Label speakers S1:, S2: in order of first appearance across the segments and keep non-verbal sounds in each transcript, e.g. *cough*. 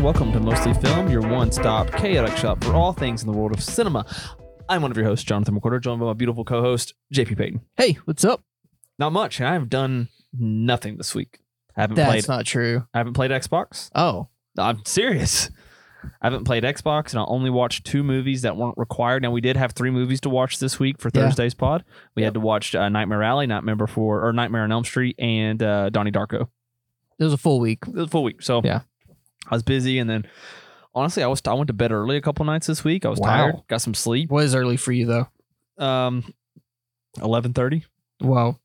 S1: Welcome to Mostly Film, your one-stop chaotic shop for all things in the world of cinema. I'm one of your hosts, Jonathan McCorder, joined by my beautiful co-host, JP Payton.
S2: Hey, what's up?
S1: Not much. and I've done nothing this week. I haven't
S2: That's
S1: played.
S2: not true.
S1: I haven't played Xbox.
S2: Oh,
S1: I'm serious. I haven't played Xbox, and I only watched two movies that weren't required. Now we did have three movies to watch this week for
S2: Yeah.
S1: Thursday's pod. We had to watch uh, Nightmare Alley, Nightmare Before, or Nightmare on Elm Street, and uh, Donnie Darko.
S2: it was a full week.
S1: It was a full week, so
S2: Yeah.
S1: I was busy, and then honestly, I was I went to bed early a couple nights this week. I was
S2: Wow.
S1: tired, got some sleep.
S2: Was early for you though.
S1: Um, eleven thirty.
S2: Whoa,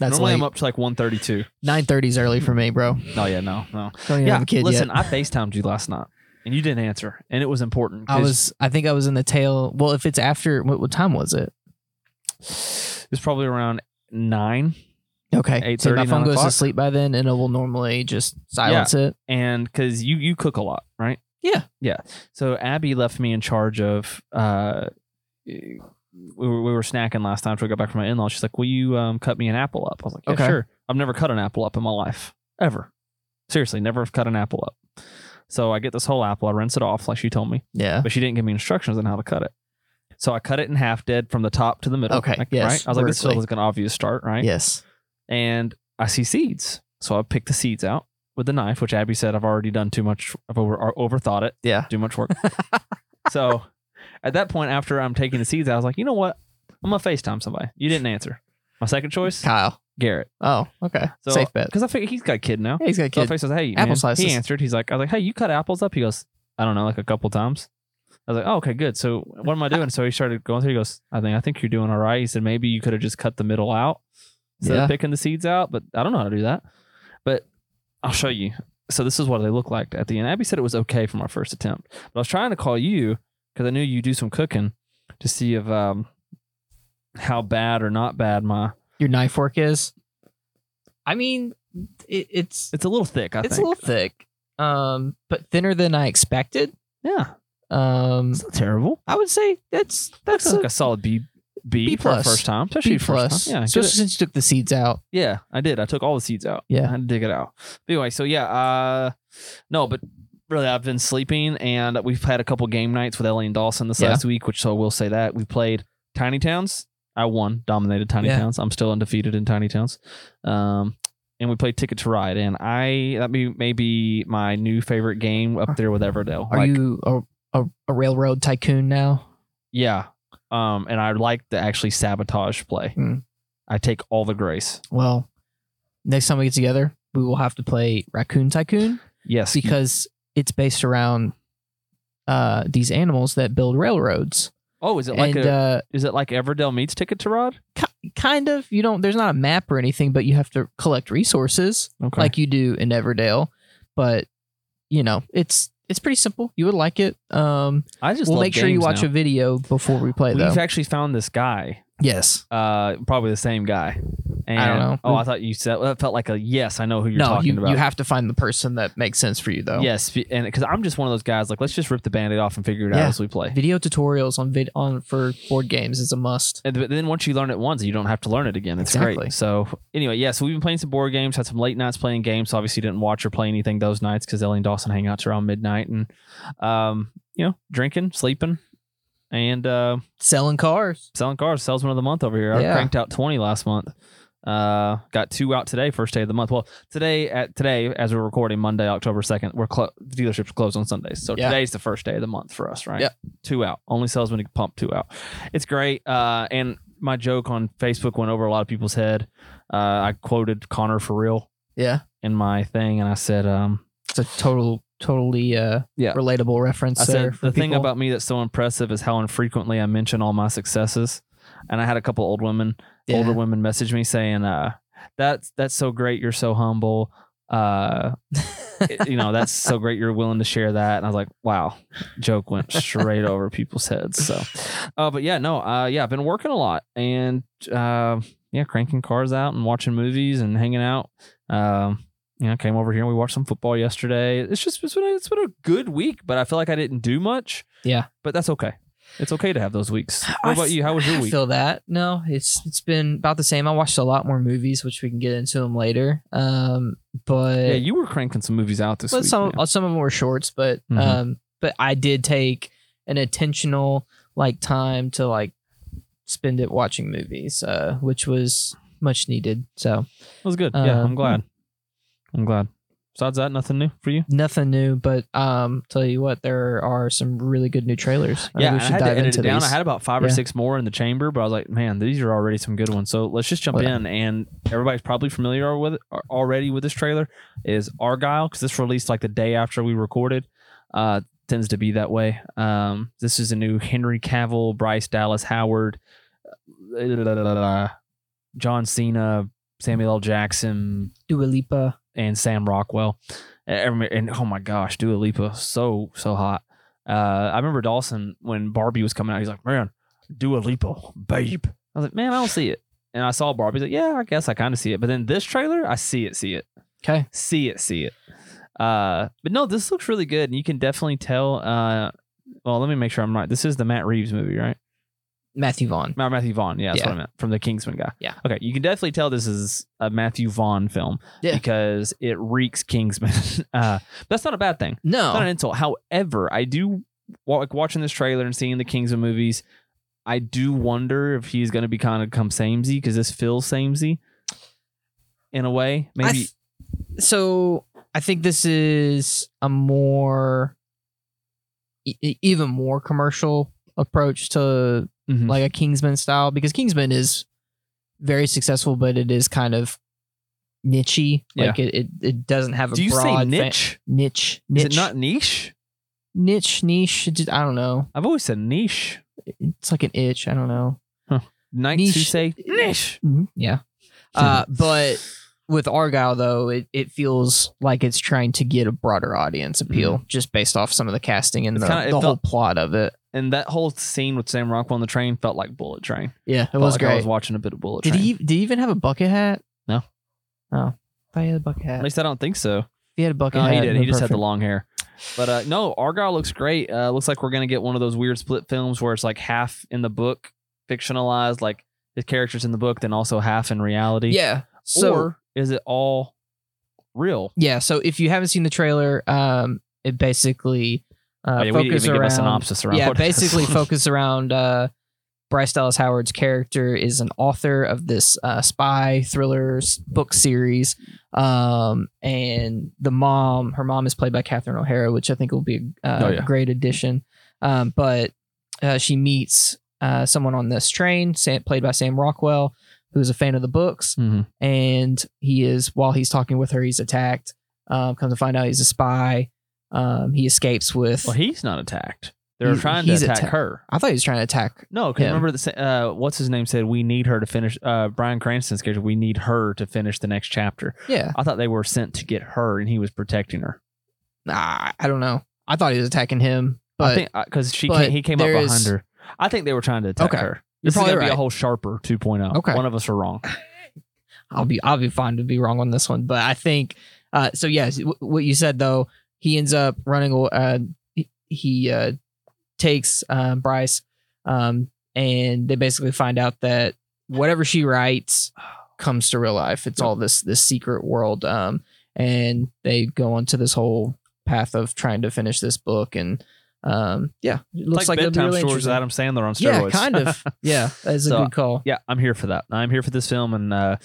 S2: that's
S1: Normally I'm
S2: late.
S1: up to like one thirty-two.
S2: Nine thirty is early for
S1: *laughs*
S2: me, bro.
S1: No, yeah, no, no.
S2: Don't even
S1: yeah,
S2: have a kid
S1: listen,
S2: yet.
S1: I FaceTimed you last night, and you didn't answer, and it was important.
S2: I
S1: 'cause-
S2: was. I think I was in the tail. Well, if it's after, what, what time was it?
S1: It was probably around nine.
S2: Okay, so
S1: 8:30,
S2: my
S1: 9
S2: phone goes to
S1: o'clock.
S2: sleep by then, and it will normally just silence it.
S1: and because you you cook a lot, right?
S2: Yeah.
S1: yeah. So Abby left me in charge of. uh We were, we were snacking last time. So I got back from my in laws. She's like, "Will you um, cut me an apple up?" I was like, "Yeah,
S2: Okay.
S1: sure." I've never cut an apple up in my life ever. Seriously, never have cut an apple up. So I get this whole apple. I rinse it off like she told me,
S2: Yeah.
S1: but she didn't give me instructions on how to cut it. So I cut it in half dead from the top to the middle.
S2: Okay,
S1: Like,
S2: yes,
S1: Right. I was like, this
S2: vertically.
S1: feels like an obvious start, right?
S2: Yes.
S1: and I see seeds. So I pick the seeds out with the knife, which Abby said I've already done too much. I've over or- overthought it.
S2: Yeah.
S1: Too much work.
S2: *laughs*
S1: so at that point, after I'm taking the seeds, out, I was like, you know what? I'm gonna Facetime somebody. You didn't answer. My second choice,
S2: Kyle.
S1: Garrett,
S2: Oh, okay.
S1: So-
S2: Safe bet.
S1: because I figured he's got a kid now.
S2: Yeah, he's got a
S1: So I
S2: kid.
S1: Facetime, says, hey,
S2: Apple
S1: man.
S2: slices.
S1: He answered. He's like, I was like, hey, you cut apples up? He goes, I don't know, like a couple times. I was like, oh, okay, good. So what am I
S2: *laughs*
S1: doing? so he started going through. He goes, I think I think you're doing all right. He said maybe you could have just cut the middle out instead
S2: Yeah.
S1: of picking the seeds out, but I don't know how to do that. But I'll show you. So this is what they look like at the end. Abby said it was okay from our first attempt, but I was trying to call you because I knew you do some cooking to see if um how bad or not bad my
S2: Your knife work is. I mean, it, it's
S1: it's a little thick. I
S2: it's a
S1: think.
S2: little thick, um, but thinner than I expected.
S1: yeah,
S2: Um,
S1: it's not terrible.
S2: I would say that's that's
S1: That's like
S2: a
S1: a solid B B,
S2: B
S1: for a
S2: plus.
S1: first time, especially
S2: B
S1: first
S2: plus.
S1: time. Yeah, I get
S2: especially
S1: it.
S2: since you took the seeds out.
S1: yeah, I did. I took all the seeds out. I
S2: Yeah,
S1: had to dig it out. But anyway, so yeah, uh, no, but really, I've been sleeping, and we've had a couple game nights with Ellie and Dawson this
S2: Yeah.
S1: last week, which so I will say that we played Tiny Towns. I won, dominated Tiny
S2: Yeah.
S1: Towns. I'm still undefeated in Tiny Towns. Um, and we played Ticket to Ride, and I that be maybe my new favorite game up there with Everdell.
S2: are
S1: Like,
S2: you a, a, a railroad tycoon now?
S1: Yeah. Um, and I like to actually sabotage play.
S2: Hmm.
S1: I take all the grace.
S2: Well, next time we get together, we will have to play Raccoon Tycoon
S1: Yes.
S2: because it's based around uh, these animals that build railroads.
S1: oh, is it like
S2: and
S1: a
S2: uh,
S1: is it like Everdell meets Ticket to Ride?
S2: ki- kind of, you don't. There's not a map or anything, but you have to collect resources
S1: Okay.
S2: like you do in Everdale. But you know, it's it's pretty simple. You would like it. Um,
S1: I just
S2: we'll
S1: love
S2: make sure you
S1: games
S2: watch
S1: now.
S2: a video before we play,
S1: We've
S2: though.
S1: actually found this guy.
S2: Yes.
S1: Uh, probably the same guy. And,
S2: know.
S1: Oh, I thought you said that felt like a yes. I know who you're
S2: no,
S1: talking
S2: you,
S1: about.
S2: you have to find the person that makes sense for you, though.
S1: yes, be- and because I'm just one of those guys. Like, let's just rip the band-aid off and figure it out
S2: Yeah.
S1: as we play.
S2: Video tutorials on vid on for board games is a must.
S1: And th- then once you learn it once, you don't have to learn it again. It's
S2: Exactly.
S1: great. So anyway, yeah. So we've been playing some board games. Had some late nights playing games. So obviously didn't watch or play anything those nights because Ellie and Dawson hang out around midnight and, um, you know, drinking, sleeping, and uh,
S2: Selling cars.
S1: selling cars. Salesman of the month over here. I
S2: Yeah.
S1: cranked out twenty last month. Uh, got two out today, first day of the month. Well, today at today as we're recording Monday, October second, we're clo- dealerships closed on Sundays, so
S2: Yeah.
S1: today's the first day of the month for us, right?
S2: Yep.
S1: Two out. Only salesman can pump two out. It's great. Uh, and my joke on Facebook went over a lot of people's head. Uh, I quoted Connor for real
S2: Yeah,
S1: in my thing, and I said, um,
S2: it's a total totally uh
S1: Yeah.
S2: relatable reference.
S1: I
S2: there
S1: said
S2: for
S1: the thing
S2: people.
S1: about me that's so impressive is how infrequently I mention all my successes. And I had a couple old women,
S2: Yeah.
S1: older women, message me saying, uh, "That's that's so great. You're so humble. Uh, it- you know, that's so great. You're willing to share that." And I was like, "Wow, joke went straight over people's heads." So, uh, but yeah, no, uh, yeah, I've been working a lot and uh, yeah, cranking cars out and watching movies and hanging out. Um, you know, came over here and we watched some football yesterday. It's just it's been a, it's been a good week, but I feel like I didn't do much.
S2: Yeah.
S1: but that's okay. It's okay to have those weeks.
S2: I
S1: What about you? How was your
S2: I
S1: week?
S2: feel that. No, it's it's been about the same. I watched a lot more movies, which we can get into them later. Um, but
S1: Yeah, you were cranking some movies out this
S2: well,
S1: week.
S2: some
S1: man.
S2: uh, some of them were shorts, but
S1: Mhm.
S2: um, but I did take an intentional like time to like spend it watching movies, uh, which was much needed. So
S1: It was good. yeah,
S2: Uh,
S1: I'm glad. I'm glad. Besides that, nothing new for you.
S2: nothing new, but um, tell you what, there are some really good new trailers. I think
S1: Yeah, and
S2: we
S1: I
S2: should
S1: had to
S2: dive
S1: edit
S2: into
S1: it down.
S2: these.
S1: I had about five or
S2: Yeah.
S1: six more in the chamber, but I was like, man, these are already some good ones. So let's just jump
S2: Well-
S1: in. And everybody's probably familiar with ar- already with this trailer is Argyle because this released like the day after we recorded. Uh, tends to be that way. Um, this is a new Henry Cavill, Bryce Dallas Howard, uh, John Cena, Samuel L. Jackson,
S2: Dua Lipa.
S1: and Sam Rockwell. And, every- and oh my gosh, Dua Lipa, so so hot. Uh, I remember Dawson when Barbie was coming out. He's like, man, Dua Lipa, babe. I was like, man, I don't see it. And I saw Barbie. He's like, yeah, I guess I kind of see it. But then this trailer, I see it, see it,
S2: Okay.
S1: see it, see it. Uh, but no, this looks really good, and you can definitely tell. Uh, well, let me make sure I'm right. This is the Matt Reeves movie, right?
S2: Matthew Vaughn.
S1: Matt- Matthew Vaughn. Yeah, that's
S2: Yeah.
S1: what I meant from the Kingsman guy.
S2: Yeah.
S1: Okay, you can definitely tell this is a Matthew Vaughn film
S2: Yeah.
S1: because it reeks Kingsman. *laughs* uh, that's not a bad thing. It's not an
S2: No.
S1: insult. However, I do wa- like watching this trailer and seeing the Kingsman movies. I do wonder if he's going to be kind of come samey because this feels samey in a way. Maybe
S2: I th- so I think this is a more e- e- even more commercial approach to
S1: Mhm.
S2: like a Kingsman style because Kingsman is very successful, but it is kind of nichey.
S1: Yeah.
S2: Like it, it, it doesn't have a
S1: do you
S2: broad
S1: say
S2: fan-
S1: niche?
S2: niche niche
S1: Is it not niche?
S2: niche niche? It just- I don't know.
S1: I've always said niche.
S2: It's like an itch. I don't know.
S1: Knights who
S2: Niche-
S1: say niche.
S2: Mhm. Yeah.
S1: Hmm.
S2: Uh, but with Argyle though, it, it feels like it's trying to get a broader audience appeal just based off some of the casting and
S1: Mm-hmm. It's
S2: the,
S1: kinda- it
S2: the whole
S1: felt-
S2: plot of it.
S1: and that whole scene with Sam Rockwell on the train felt like Bullet Train.
S2: Yeah, it
S1: Felt
S2: was
S1: like I was
S2: great.
S1: watching a bit of Bullet
S2: Did
S1: Train.
S2: he e-, did he even have a bucket hat?
S1: No.
S2: Oh. I thought he had a bucket hat.
S1: At least I don't think so.
S2: If he had a
S1: No,
S2: bucket hat.
S1: Oh, he
S2: it
S1: did.
S2: would've
S1: He just had
S2: perfect.
S1: the long hair. But uh, no, Argyle looks great. Uh, looks like we're gonna get one of those weird split films where it's like half in the book, fictionalized, like the characters in the book, then also half in reality.
S2: Yeah. So
S1: or is it all real?
S2: yeah, so if you haven't seen the trailer, um, it basically uh,
S1: Oh, yeah, we didn't
S2: focuses
S1: even give a
S2: around.
S1: synopsis around.
S2: yeah,
S1: what it is. *laughs*
S2: basically focus around uh, Bryce Dallas Howard's character is an author of this uh, spy thriller s- book series, um, and the mom, her mom is played by Catherine O'Hara, which I think will be a uh,
S1: Oh, yeah.
S2: great addition. Um, but uh, she meets uh, someone on this train, Sam, played by Sam Rockwell, who is a fan of the books, *laughs*
S1: Mhm.
S2: and he is while he's talking with her, he's attacked. Um, comes to find out he's a spy. Um, he escapes with.
S1: Well, he's not attacked. They're
S2: He-
S1: trying to
S2: he's
S1: attack
S2: atta-
S1: her.
S2: I thought he was trying to attack
S1: No, because
S2: him.
S1: remember the sa- uh, what's his name said we need her to finish. Uh, Brian Cranston's character, we need her to finish the next chapter.
S2: Yeah.
S1: I thought they were sent to get her, and he was protecting her.
S2: Nah, I don't know. I thought he was attacking him, but
S1: I think because she
S2: but
S1: came, he came up
S2: there
S1: behind
S2: is-
S1: her. I think they were trying to attack
S2: Okay.
S1: her.
S2: You're
S1: This is
S2: probably
S1: gonna be a
S2: right.
S1: whole sharper 2.0.
S2: Okay.
S1: one of us are wrong.
S2: I'll be I'll be fine to be wrong on this one. But I think uh, so. Yes, w- what you said though, he ends up running. aw- Uh, he- he uh, takes uh, Bryce, um, and they basically find out that whatever she writes comes to real life. It's all this this secret world, um, and they go onto this whole path of trying to finish this book and. Um. Yeah, it looks
S1: It's like,
S2: it'll be
S1: bedtime
S2: really
S1: stories with
S2: interesting.
S1: Adam Sandler on
S2: Yeah,
S1: steroids. *laughs*
S2: kind of. Yeah, that's a
S1: So,
S2: good call.
S1: yeah, I'm here for that. I'm here for this film and uh,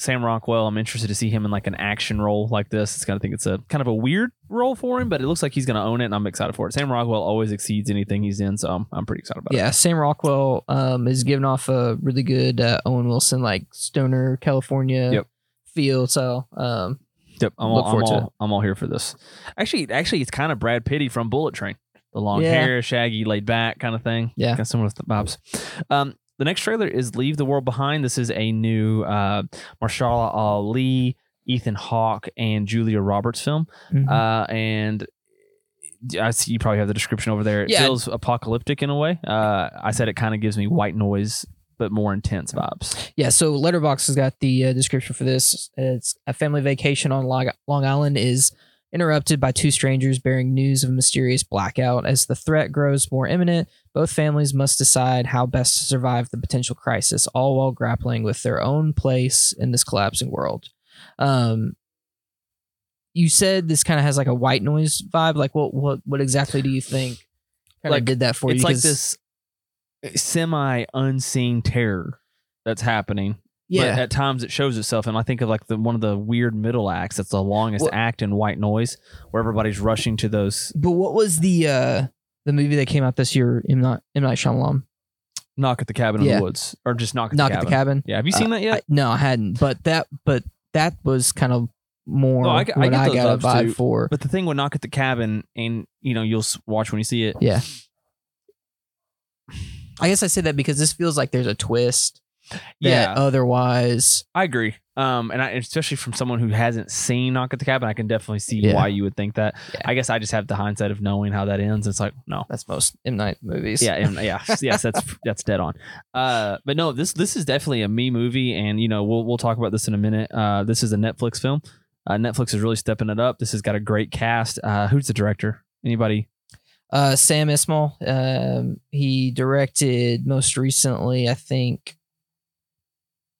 S1: Sam Rockwell. I'm interested to see him in like an action role like this. It's gonna think it's a kind of a weird role for him, but it looks like he's gonna own it, and I'm excited for it. Sam Rockwell always exceeds anything he's in, so I'm, I'm pretty excited about it.
S2: Yeah, Sam Rockwell um, is giving off a really good uh, Owen Wilson like stoner California
S1: Yep.
S2: feel. So um,
S1: Yep, I'm all,
S2: Look
S1: I'm
S2: forward to
S1: all, I'm all here for this. Actually, actually, it's kind of Brad Pitty from Bullet Train. The long
S2: Yeah.
S1: hair, shaggy, laid back kind of thing.
S2: Yeah.
S1: kind of similar to the Bob's. Um, the next trailer is "Leave the World Behind." This is a new uh, Marshala Ali, Ethan Hawke, and Julia Roberts film.
S2: Mm-hmm.
S1: Uh, and I see you probably have the description over there. It
S2: Yeah.
S1: feels apocalyptic in a way. Uh, I said it kind of gives me white noise, but more intense vibes.
S2: yeah, so Letterbox has got the uh, description for this. It's a family vacation on Long Long Island is interrupted by two strangers bearing news of a mysterious blackout. As the threat grows more imminent, both families must decide how best to survive the potential crisis, all while grappling with their own place in this collapsing world. Um, you said this kind of has like a white noise vibe. Like, what, what, what exactly do you think? Kind
S1: Like,
S2: of did that for
S1: it's
S2: you?
S1: like
S2: 'Cause-
S1: this semi unseen terror that's happening.
S2: yeah.
S1: But at times it shows itself, and I think of like the one of the weird middle acts that's the longest
S2: Well-
S1: act in White Noise, where everybody's rushing to those
S2: But what was the uh the movie that came out this year? M Night M Night Shyamalan,
S1: knock at the cabin in
S2: Yeah.
S1: the woods, or just knock at
S2: Knock
S1: the cabin.
S2: at the Cabin.
S1: Yeah, have you seen that yet?
S2: I- no, I hadn't. But that but that was kind of more
S1: No, I
S2: what
S1: get-
S2: I,
S1: I get those
S2: got
S1: vibes
S2: a vibe
S1: too.
S2: for.
S1: But the thing with Knock at the Cabin, and you know, you'll s- watch when you see it. *sighs*
S2: Yeah. I guess I say that because this feels like there's a twist that
S1: Yeah,
S2: otherwise
S1: I agree. Um, and I, especially from someone who hasn't seen Knock at the Cabin, I can definitely see
S2: Yeah.
S1: why you would think that.
S2: Yeah.
S1: I guess I just have the hindsight of knowing how that ends. It's like no,
S2: that's most M Night movies.
S1: yeah, and, yeah, yes, that's that's dead on. Uh, but no, this this is definitely a me movie, and you know we'll we'll talk about this in a minute. Uh, this is a Netflix film. Uh, Netflix is really stepping it up. This has got a great cast. Uh, who's the director? Anybody?
S2: Uh, Sam Ismail. Um, he directed most recently, I think.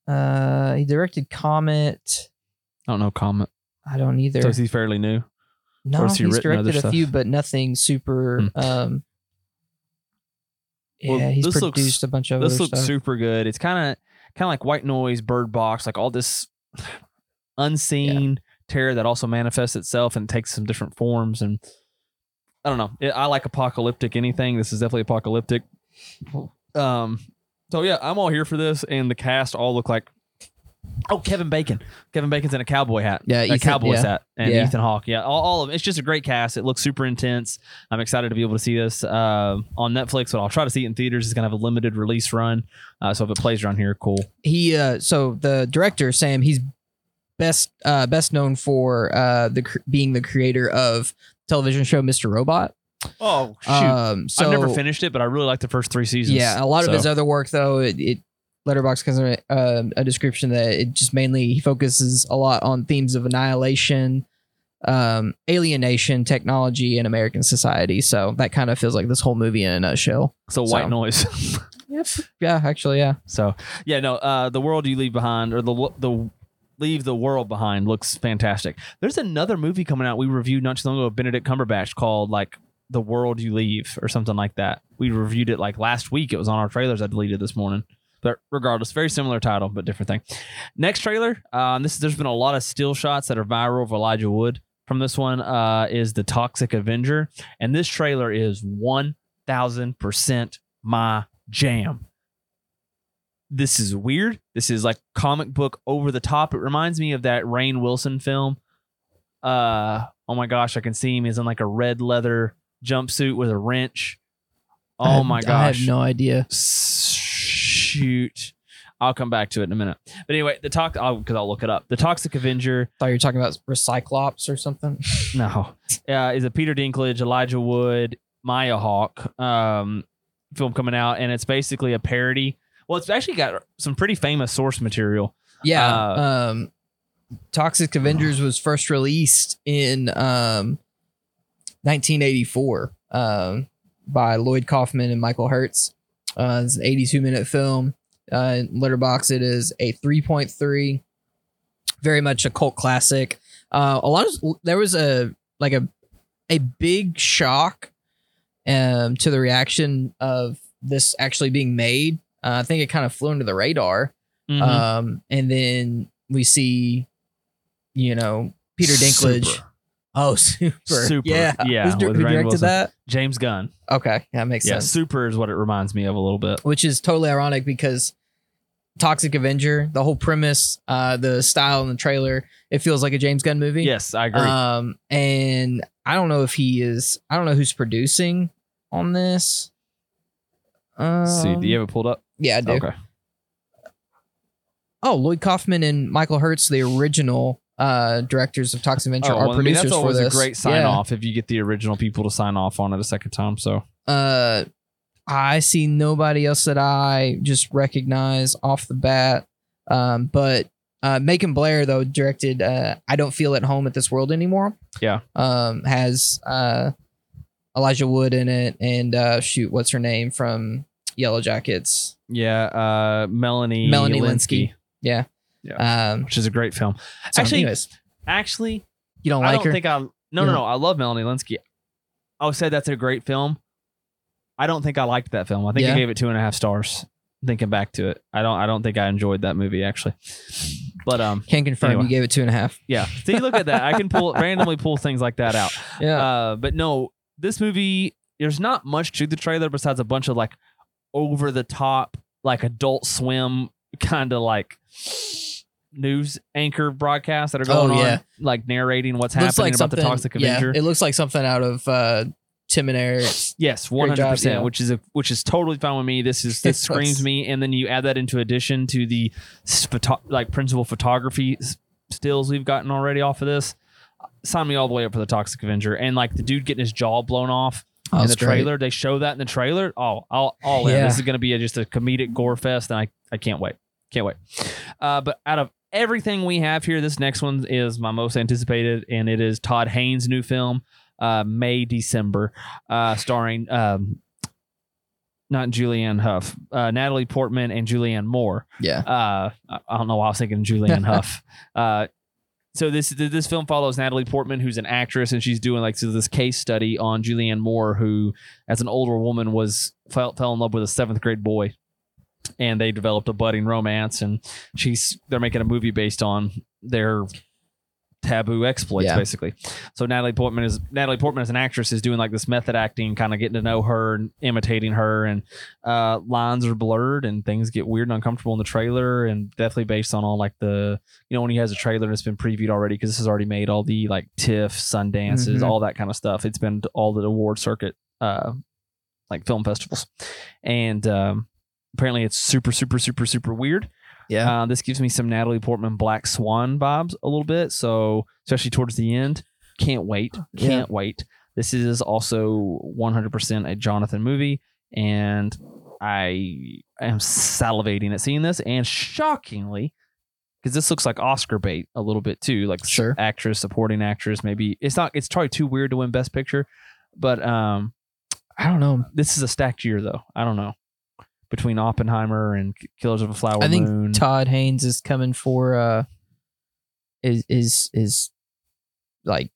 S2: Uh, he directed Comet.
S1: I don't know. Comment.
S2: I don't either.
S1: So is he fairly new?
S2: No,
S1: has
S2: he's
S1: he written other
S2: directed a
S1: stuff? Hmm.
S2: few, but nothing super. Um, yeah,
S1: Well,
S2: he's
S1: this
S2: produced
S1: looks-
S2: a bunch of
S1: this
S2: other
S1: looks
S2: stuff.
S1: super good. It's kind of kind of like White Noise, Bird Box, like all this *sighs* unseen terror that also manifests itself and takes some different forms. And I don't know. Yeah, I like apocalyptic anything. This is definitely apocalyptic. Um. So yeah, I'm all here for this, and the cast all look like. Oh, Kevin Bacon. Kevin Bacon's in a cowboy hat. a
S2: Yeah, Uh, Ethan-
S1: cowboy's
S2: yeah.
S1: hat, and
S2: Yeah.
S1: Ethan Hawke. Yeah, all, all of it. It's just a great cast. It looks super intense. I'm excited to be able to see this uh, on Netflix, but I'll try to see it in theaters. It's gonna have a limited release run, uh, so if it plays around here, cool.
S2: He uh, so the director Sam, he's best uh best known for uh the cr- being the creator of television show Mr. Robot.
S1: Oh shoot,
S2: Um, so
S1: I've never finished it, but I really like the first three seasons.
S2: Yeah, a lot
S1: so.
S2: of his other work though, it, it Letterbox has a, um, a description that it just mainly he focuses a lot on themes of annihilation, um, alienation, technology, and American society. So that kind of feels like this whole movie in a nutshell.
S1: so white
S2: so.
S1: noise. *laughs*
S2: Yeah, actually, yeah.
S1: so yeah, no, uh, the world you leave behind, or the wo- the leave the world behind, looks fantastic. There's another movie coming out we reviewed not too long ago, of Benedict Cumberbatch, called like the world you leave or something like that. We reviewed it like last week. It was on our trailers. I deleted this morning. But regardless, very similar title, but different thing. Next trailer. Um, this there's been a lot of still shots that are viral of Elijah Wood. From this one uh, is the Toxic Avenger, and this trailer is one thousand percent my jam. This is weird. This is like comic book over the top. It reminds me of that Rain Wilson film. Uh, oh my gosh, I can see him. He's in like a red leather jumpsuit with a wrench.
S2: I
S1: Oh
S2: have-
S1: my
S2: I have
S1: gosh
S2: no idea.
S1: shoot i'll come back to it in a minute but anyway the talk i'll because i'll look it up the toxic avenger
S2: Thought you were talking about Recyclops or something.
S1: no uh, is a peter dinklage elijah wood maya hawk um, film coming out and it's basically a parody well it's actually got some pretty famous source material
S2: Yeah.
S1: Uh,
S2: um, Toxic Avengers was first released in um, 1984 um, by Lloyd Kaufman and Michael Hertz. Uh, it's an 82 minute film. Uh, in Letterbox, it is a 3.3. Very much a cult classic. Uh, a lot of there was a like a a big shock um, to the reaction of this actually being made. Uh, I think it kind of flew under the radar.
S1: Mm-hmm. Uh,
S2: Um, and then we see, you know, Peter Dinklage.
S1: Super.
S2: Oh, *laughs* super,
S1: Super,
S2: Yeah,
S1: yeah,
S2: Who's dir-
S1: with
S2: who
S1: Rainn
S2: directed
S1: Wilson.
S2: that?
S1: james gunn
S2: Okay, that makes
S1: yeah
S2: sense.
S1: super is what it reminds me of a little bit
S2: Which is totally ironic because Toxic Avenger, the whole premise, uh, the style in the trailer, it feels like a James Gunn movie.
S1: yes i agree
S2: Um, and I don't know if he is. I don't know who's producing on this. Um,
S1: Let's see do you have it pulled up
S2: yeah, I do.
S1: okay
S2: Oh, Lloyd Kaufman and Michael Hertz, the original uh, directors of Toxic Venture,
S1: Oh,
S2: are
S1: well, I mean,
S2: producers
S1: that's
S2: for
S1: always
S2: this.
S1: a great sign
S2: Yeah.
S1: off if you get the original people to sign off on it a second time so
S2: Uh, I see nobody else that I just recognize off the bat, um, but Uh, Macon Blair though directed uh, "I Don't Feel at Home at This World Anymore."
S1: Yeah.
S2: um, has uh, Elijah Wood in it, and uh, shoot, what's her name from Yellow Jackets?
S1: Yeah, uh, Melanie
S2: Melanie
S1: Linsky,
S2: Linsky. Yeah, Um,
S1: which is a great film.
S2: so
S1: Actually,
S2: anyways,
S1: Actually,
S2: you don't
S1: I
S2: like
S1: don't
S2: her.
S1: think I. No, no,
S2: Yeah.
S1: no. I love Melanie Linsky. I would say that's a great film. I don't think I liked that film. I think I
S2: Yeah.
S1: gave it two and a half stars. Thinking back to it, I don't. I don't think I enjoyed that movie actually. But um,
S2: Can confirm
S1: anyway.
S2: you gave it two and a half.
S1: yeah. See, look at that. I can pull *laughs* randomly pull things like that out.
S2: Yeah,
S1: Uh, but no, this movie. There's not much to the trailer besides a bunch of like over the top, like Adult Swim kind of like news anchor broadcasts that are
S2: Oh,
S1: going
S2: yeah.
S1: on, like narrating what's happening about the Toxic Avenger.
S2: Yeah, it looks like something out of uh, Tim and Eric's.
S1: Yes, one
S2: Great
S1: hundred
S2: job,
S1: percent.
S2: yeah.
S1: Which is a which is totally fine with me. This is this
S2: Yes.
S1: screams me, and then you add that into addition to the s- photo- like principal photography s- stills we've gotten already off of this. Sign me all the way up for the Toxic Avenger, and like the dude getting his jaw blown off
S2: Oh,
S1: in
S2: it's
S1: the
S2: great.
S1: trailer. They show that in the trailer. Oh, all all in.
S2: Yeah.
S1: This is gonna be a, just a comedic gore fest, and I I can't wait, can't wait. Uh, but out of everything we have here, this next one is my most anticipated, and it is Todd Haynes' new film, uh, May December, uh, starring um, not Julianne Hough, uh, Natalie Portman, and Julianne Moore.
S2: Yeah.
S1: Uh, I I don't know why I was thinking
S2: *laughs*
S1: Julianne Hough. Uh, so this this film follows Natalie Portman, who's an actress, and she's doing like so this case study on Julianne Moore, who, as an older woman, was fell, fell in love with a seventh grade boy, and they developed a budding romance, and she's they're making a movie based on their taboo exploits,
S2: Yeah.
S1: basically. So Natalie Portman is Natalie Portman as an actress is doing like this method acting, kind of getting to know her and imitating her, and uh, lines are blurred and things get weird and uncomfortable in the trailer, and definitely based on all like the you know when he has a trailer and it's been previewed already because this has already made all the like TIFF, Sundances,
S2: Mhm.
S1: all that kind of stuff. It's been to all the award circuit, uh, like film festivals, and um, apparently it's super super super super weird.
S2: Yeah,
S1: Uh, this gives me some Natalie Portman Black Swan vibes a little bit. So, especially towards the end, can't wait. Can't
S2: Yeah.
S1: wait. This is also 100% a Jonathan movie. And I am salivating at seeing this. And shockingly, because this looks like Oscar bait a little bit too, like
S2: sure.
S1: actress, supporting actress, maybe it's not, it's probably too weird to win Best Picture. But um,
S2: I don't know.
S1: this is a stacked year, though. I don't know. Between Oppenheimer and Killers of a Flower
S2: I think
S1: Moon.
S2: Todd Haynes is coming for uh is is is like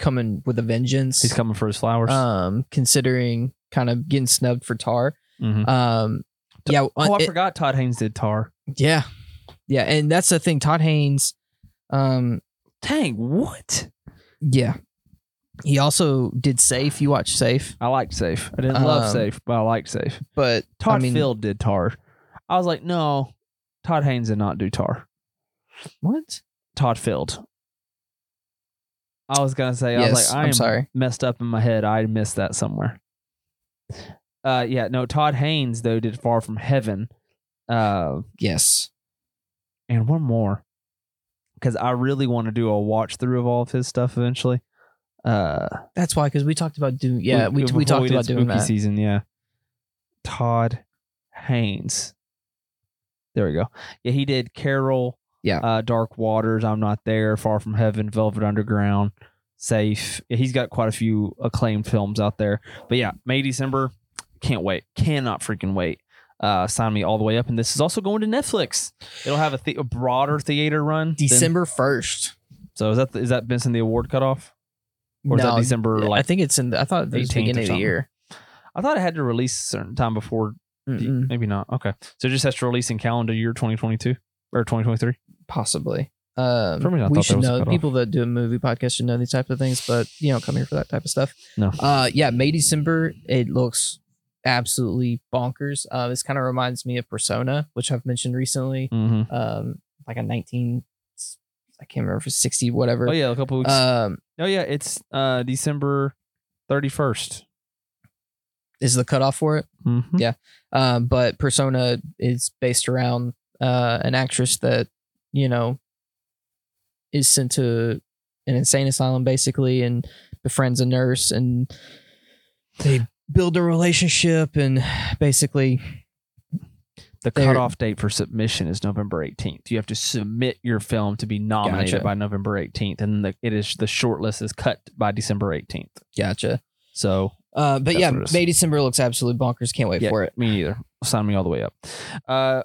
S2: coming with a vengeance.
S1: He's coming for his flowers.
S2: um considering kind of getting snubbed for tar.
S1: Mhm.
S2: Um yeah,
S1: oh, I
S2: it-
S1: forgot Todd Haynes did Tar.
S2: yeah. Yeah, and that's the thing Todd Haynes um
S1: Dang, what?
S2: yeah. He also did Safe. You watch Safe,
S1: I liked Safe. I didn't love
S2: Um,
S1: Safe, but I liked Safe.
S2: but
S1: Todd
S2: I mean,
S1: Field did Tar. I was like, no, Todd Haynes did not do Tar.
S2: What?
S1: Todd Field. I was gonna say, I was
S2: Yes,
S1: like, I
S2: I'm
S1: am
S2: sorry.
S1: messed up in my head. I missed that somewhere. Uh, yeah, no, Todd Haynes though did Far from Heaven. Uh,
S2: Yes.
S1: and one more because I really want to do a watch through of all of his stuff eventually. Uh,
S2: That's why, because we talked about doing. Yeah, we, we,
S1: before
S2: talked
S1: did
S2: about doing
S1: spooky
S2: that.
S1: season. Yeah, Todd Haynes. There we go. Yeah, he did Carol.
S2: Yeah.
S1: uh, Dark Waters. I'm not there. Far from Heaven. Velvet Underground. Safe. Yeah, he's got quite a few acclaimed films out there. But yeah, May December. Can't wait. Cannot freaking wait. Uh, sign me all the way up. And this is also going to Netflix. It'll have a, the- a broader theater run. than-
S2: December first.
S1: so is that is that Benson the award cutoff? Or is that December?
S2: yeah,
S1: Like
S2: I think it's in. The, I thought it
S1: 18th
S2: was
S1: or
S2: beginning of the
S1: something.
S2: year.
S1: I thought it had to release a certain time before.
S2: Mm-mm.
S1: Maybe not. Okay. So it just has to release in calendar year 2022 or 2023.
S2: Possibly. Um,
S1: For me, I thought
S2: we
S1: there
S2: should
S1: was a
S2: know
S1: cutoff.
S2: people that do a movie podcast should know these type of things, but you don't come here for that type of stuff.
S1: No.
S2: Uh, yeah, May December. It looks absolutely bonkers. Uh, this kind of reminds me of Persona, which I've mentioned recently.
S1: Mm-hmm.
S2: Um, like a nineteen, I can't remember if it's sixty whatever.
S1: Oh, yeah. A couple weeks.
S2: Um,
S1: oh, yeah. It's uh, December 31st.
S2: is the cutoff for it?
S1: Mhm.
S2: Yeah. Um, but Persona is based around uh, an actress that you know is sent to an insane asylum basically and befriends a nurse and they build a relationship and basically
S1: the
S2: They're-
S1: cutoff date for submission is November 18th. You have to submit your film to be nominated
S2: Gotcha.
S1: by November 18th, and the, it is the shortlist is cut by December 18th.
S2: Gotcha.
S1: So
S2: Uh, but
S1: That's
S2: yeah,
S1: what it is.
S2: May December looks absolutely bonkers. Can't wait
S1: Yeah.
S2: for it.
S1: me either. Sign me all the way up. Uh,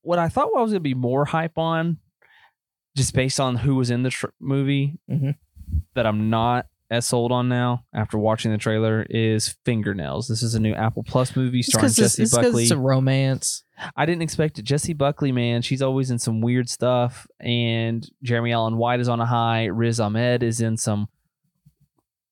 S1: what I thought I was gonna be more hype on, just based on who was in the tr- movie,
S2: Mhm.
S1: that I'm not as sold on now after watching the trailer is Fingernails. This is a new Apple Plus movie starring
S2: because it's,
S1: Jesse
S2: it's 'cause
S1: Buckley.
S2: it's a romance.
S1: I didn't expect it. Jesse Buckley, man, she's always in some weird stuff. And Jeremy Allen White is on a high. Riz Ahmed is in some,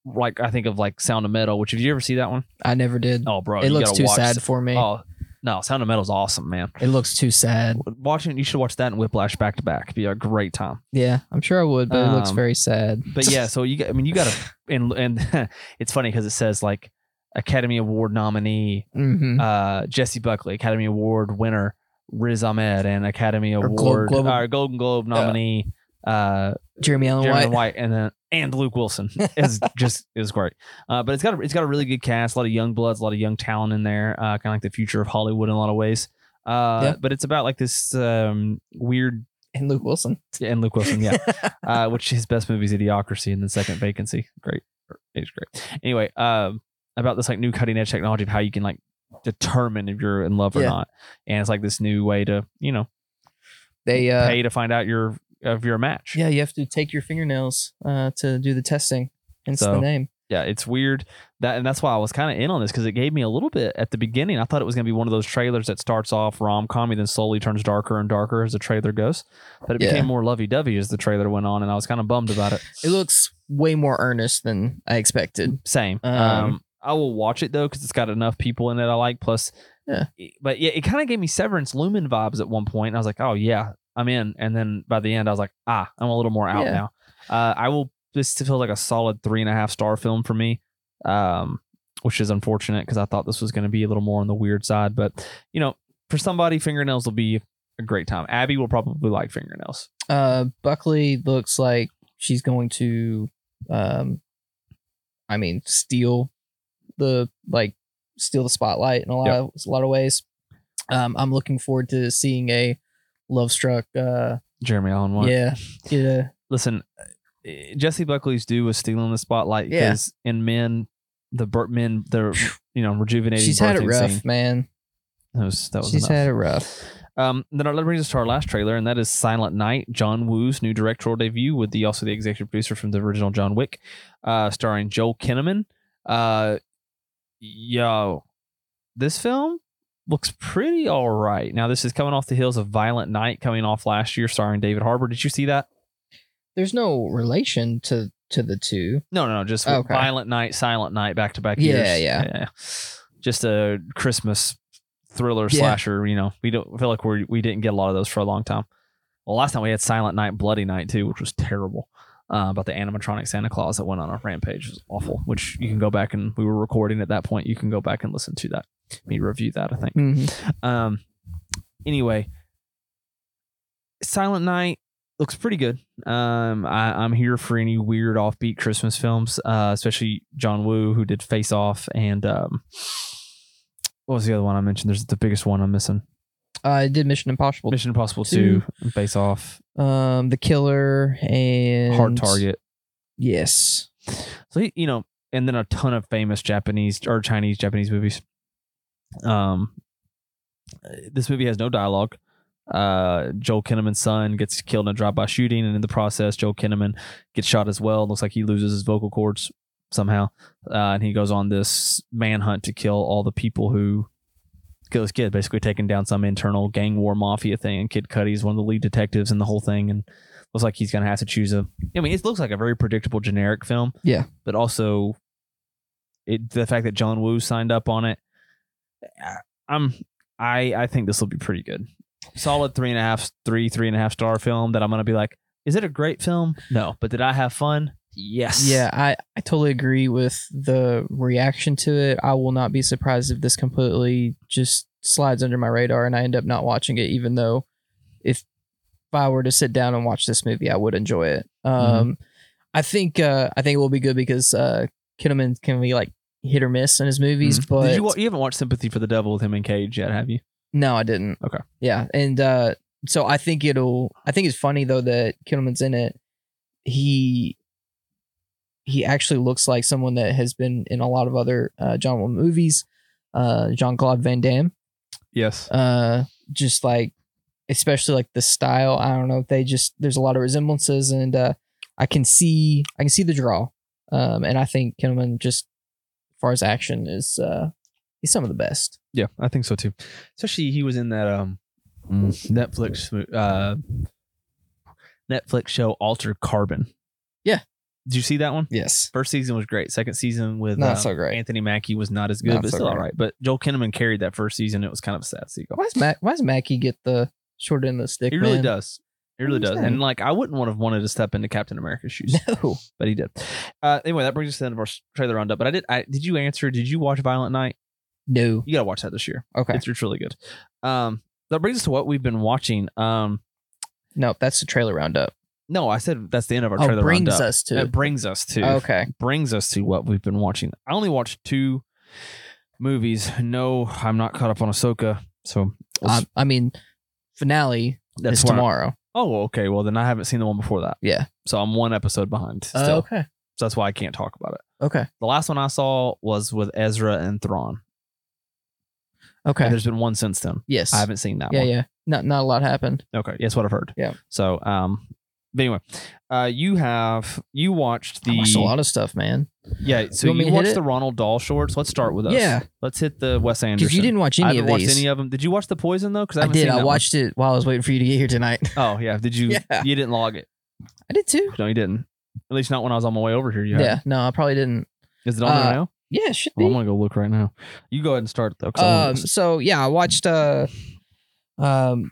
S1: like I think of like Sound of Metal. Which if you ever see that one,
S2: I never did.
S1: oh bro,
S2: it
S1: you
S2: looks
S1: gotta
S2: too
S1: watch
S2: sad for me.
S1: Oh no, Sound of Metal's awesome, man.
S2: It looks too sad.
S1: Watching you should watch that and Whiplash back to back. It'd be a great time.
S2: Yeah, I'm sure I would, but it looks
S1: Um,
S2: very sad.
S1: But yeah, so you got, I mean you
S2: *laughs*
S1: got to and and *laughs* it's funny because it says like Academy Award nominee
S2: hmm
S1: uh, Jesse Buckley, Academy Award winner, Riz Ahmed, and Academy
S2: Or
S1: Award
S2: Glo- Globe-
S1: or Golden Globe nominee uh,
S2: Jeremy Allen
S1: Jeremy
S2: White.
S1: White, and then and Luke
S2: *laughs*
S1: Wilson is just is great. Uh, but it's got a, it's got a really good cast, a lot of young bloods, a lot of young talent in there, uh, kind of like the future of Hollywood in a lot of ways. Uh,
S2: Yeah.
S1: But it's about like this um, weird
S2: and Luke Wilson.
S1: and Luke Wilson, yeah, uh, which his best movie is Idiocracy and then Second Vacancy. Great, it's great. Anyway, um, about this like new cutting edge technology of how you can like determine if you're in love or
S2: Yeah.
S1: not, and it's like this new way to you know
S2: *laughs* They uh,
S1: pay to find out your if you're a match.
S2: yeah, you have to take your fingernails uh, to do the testing. Hence
S1: So-
S2: the name.
S1: yeah, it's weird that, and that's why I was kind of in on this because it gave me a little bit at the beginning. I thought it was going to be one of those trailers that starts off rom com and then slowly turns darker and darker as the trailer goes, but it
S2: Yeah.
S1: became more lovey dovey as the trailer went on, and I was kind of bummed about it.
S2: It looks way more earnest than I expected.
S1: Same. Um,
S2: Um,
S1: I will watch it though because it's got enough people in it I like. Plus,
S2: Yeah.
S1: But yeah, it kind of gave me Severance Lumen vibes at one point. And I was like, oh yeah, I'm in. And then by the end, I was like, ah, I'm a little more out
S2: Yeah.
S1: now. Uh, I will. This feels like a solid three and a half star film for me, um, which is unfortunate because I thought this was going to be a little more on the weird side. But you know, for somebody, fingernails will be a great time. Abby will probably like fingernails.
S2: Uh, Buckley looks like she's going to, um, I mean, steal the like steal the spotlight in a lot
S1: Yep.
S2: of a lot of ways. Um, I'm looking forward to seeing a love struck. Uh,
S1: Jeremy Allen White.
S2: yeah, yeah,
S1: listen, eh, Jesse Buckley's due was stealing the spotlight
S2: Yeah.
S1: because in men, the bir- men, the you know rejuvenating.
S2: she's had it
S1: birthing
S2: rough,
S1: Scene,
S2: man.
S1: that was that was
S2: She's
S1: enough.
S2: had it rough.
S1: Um, then that brings us to our last trailer, and that is Silent Night, John Woo's new directorial debut, with the also the executive producer from the original John Wick, uh, starring Joel Kinnaman. Uh, yo, this film looks pretty all right. Now, this is coming off the heels of Violent Night, coming off last year, starring David Harbour. Did you see that?
S2: There's no relation to to the two.
S1: No, no, no. Just
S2: Oh, Okay.
S1: Violent Night, Silent Night, back to back
S2: Yeah,
S1: years.
S2: yeah.
S1: Just a Christmas thriller
S2: Yeah.
S1: slasher. You know, we don't feel like we we didn't get a lot of those for a long time. Well, last time we had Silent Night, Bloody Night too, which was terrible. Uh, about the animatronic Santa Claus that went on a rampage It was awful. Which you can go back and we were recording at that point. You can go back and listen to that. Me review that. I think. Um. Anyway, Silent Night looks pretty good. Um, I, I'm here for any weird offbeat Christmas films, uh, especially John Woo, who did Face Off, and um, what was the other one I mentioned? There's the biggest one I'm missing:
S2: I did Mission Impossible.
S1: Mission Impossible
S2: two.
S1: Two, and Face Off,
S2: Um, The Killer and
S1: Hard Target.
S2: Yes.
S1: So he- you know, and then a ton of famous Japanese or Chinese Japanese movies. Um, this movie has no dialogue. Uh, Joel Kinnaman's son gets killed in a drive-by shooting, and in the process, Joel Kinnaman gets shot as well. Looks like he loses his vocal cords somehow, uh, and he goes on this manhunt to kill all the people who kill his kid. Basically, taking down some internal gang war mafia thing. And Kid Cudi's one of the lead detectives in the whole thing, and looks like he's gonna have to choose a. I mean, it looks like a very predictable generic film but also it the fact that John Woo signed up on it. I- I'm I I think this will be pretty good. Solid three and a half, three three and a half star film that I'm gonna be like, is it a great film? No, but did I have fun? Yes.
S2: Yeah, I, I totally agree with the reaction to it. I will not be surprised if this completely just slides under my radar and I end up not watching it, even though if, if I were to sit down and watch this movie, I would enjoy it. Um,
S1: Mm-hmm.
S2: I think uh, I think it will be good because uh, Kinnaman can be like hit or miss in his movies,
S1: Mhm.
S2: but
S1: Did you, wa- you haven't watched Sympathy for the Devil with him and Cage yet, have you?
S2: No, I didn't.
S1: Okay.
S2: Yeah, and uh, so I think it'll. I think it's funny though that Kinnaman's in it. He he actually looks like someone that has been in a lot of other uh, John Woo movies. Uh, Jean Claude Van Damme.
S1: Yes.
S2: Uh, just like especially like the style. I don't know. They just there's a lot of resemblances, and uh, I can see I can see the draw. Um, and I think Kinnaman just as far as action is uh, he's some of the best.
S1: Yeah, I think so too. Especially he was in that um Netflix mo- uh Netflix show Altered Carbon.
S2: Yeah.
S1: Did you see that one?
S2: Yes.
S1: First season was great. Second season with
S2: Not
S1: um,
S2: so great.
S1: Anthony Mackie was not as good,
S2: Not
S1: but
S2: so
S1: still all
S2: great.
S1: right. But Joel Kinnaman carried that first season. It was kind of a sad seagull.
S2: Why does Mac? Why does Mackie get the short end of the stick?
S1: He really
S2: man?
S1: does. He really does.
S2: understand.
S1: And like I wouldn't want to have wanted to step into Captain America's shoes,
S2: No,
S1: but he did. Uh anyway, that brings us to the end of our s- trailer roundup. But I did I did you answer? Did you watch Violent Night?
S2: no.
S1: You gotta watch that this year.
S2: Okay,
S1: It's, it's really good. Um that brings us to what we've been watching. Um
S2: no. That's the trailer roundup.
S1: No, I said that's the end of our
S2: Oh,
S1: trailer
S2: brings
S1: roundup.
S2: us to.
S1: It brings us to
S2: okay,
S1: brings us to what we've been watching. I only watched two movies. No, I'm not caught up on Ahsoka, so
S2: I, Um, I mean, finale
S1: that's
S2: is
S1: why-
S2: Uh, tomorrow.
S1: Oh, okay. Well, then I haven't seen the one before that.
S2: Yeah.
S1: So I'm one episode behind. Still.
S2: Oh, okay,
S1: So that's why I can't talk about it.
S2: okay,
S1: The last one I saw was with Ezra and Thrawn.
S2: okay.
S1: And there's been one since then.
S2: yes.
S1: I haven't seen that
S2: yeah,
S1: one.
S2: yeah. Not not a lot happened.
S1: Okay. That's what I've heard.
S2: Yeah.
S1: So, um, but anyway, uh, you have you watched the
S2: I watched a lot of stuff, man.
S1: Yeah, so
S2: You want
S1: you,
S2: me to hit
S1: watched
S2: it?
S1: the Ronald Dahl shorts. Let's start with us.
S2: Yeah.
S1: let's hit the Wes Anderson.
S2: Because you didn't watch
S1: I
S2: any
S1: haven't
S2: of
S1: watched
S2: these.
S1: any of them. Did you watch the Poison though? Because I,
S2: I
S1: haven't
S2: did.
S1: Seen
S2: I
S1: that
S2: watched it while I was waiting for you to get here tonight.
S1: *laughs* One. *laughs* Oh yeah. Did you?
S2: Yeah.
S1: You didn't log it.
S2: I did too.
S1: No, you didn't. At least not when I was on my way over here. You
S2: Yeah.
S1: had-
S2: No, I probably didn't.
S1: Is it on
S2: Uh,
S1: there now?
S2: Yeah, it should be.
S1: Well, I'm gonna go look right now. You go ahead and start though. 'cause I wanna-
S2: Um, so yeah, I watched uh, um,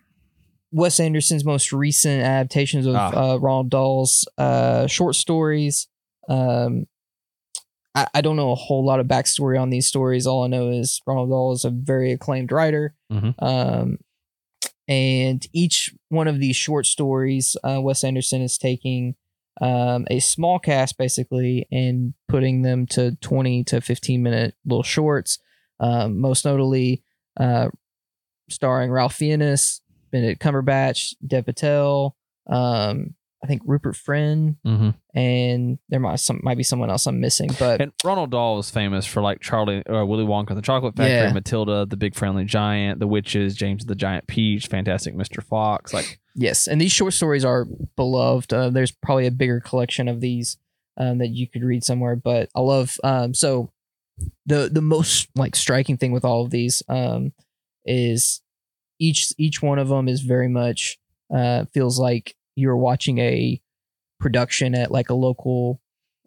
S2: Wes Anderson's most recent adaptations of
S1: Ah.
S2: uh, Ronald Dahl's uh, short stories. Um, I, I don't know a whole lot of backstory on these stories. All I know is Ronald Dahl is a very acclaimed writer.
S1: Mhm.
S2: Um, and each one of these short stories, uh, Wes Anderson is taking um, a small cast basically and putting them to 20 to 15 minute little shorts um, most notably uh, starring Ralph Fiennes, Benedict Cumberbatch, Dev Patel, um, I think Rupert Friend,
S1: Mhm.
S2: and there might some might be someone else I'm missing, but
S1: And Ronald Dahl was famous for like Charlie or Willy Wonka and the Chocolate Factory,
S2: Yeah.
S1: Matilda, The Big Friendly Giant, The Witches, James the Giant Peach, Fantastic Mr. Fox.
S2: *laughs*
S1: Like,
S2: yes, and these short stories are beloved. Uh, there's probably a bigger collection of these um, that you could read somewhere, but I love um, so the the most like striking thing with all of these um, is each each one of them is very much uh, feels like you're watching a production at like a local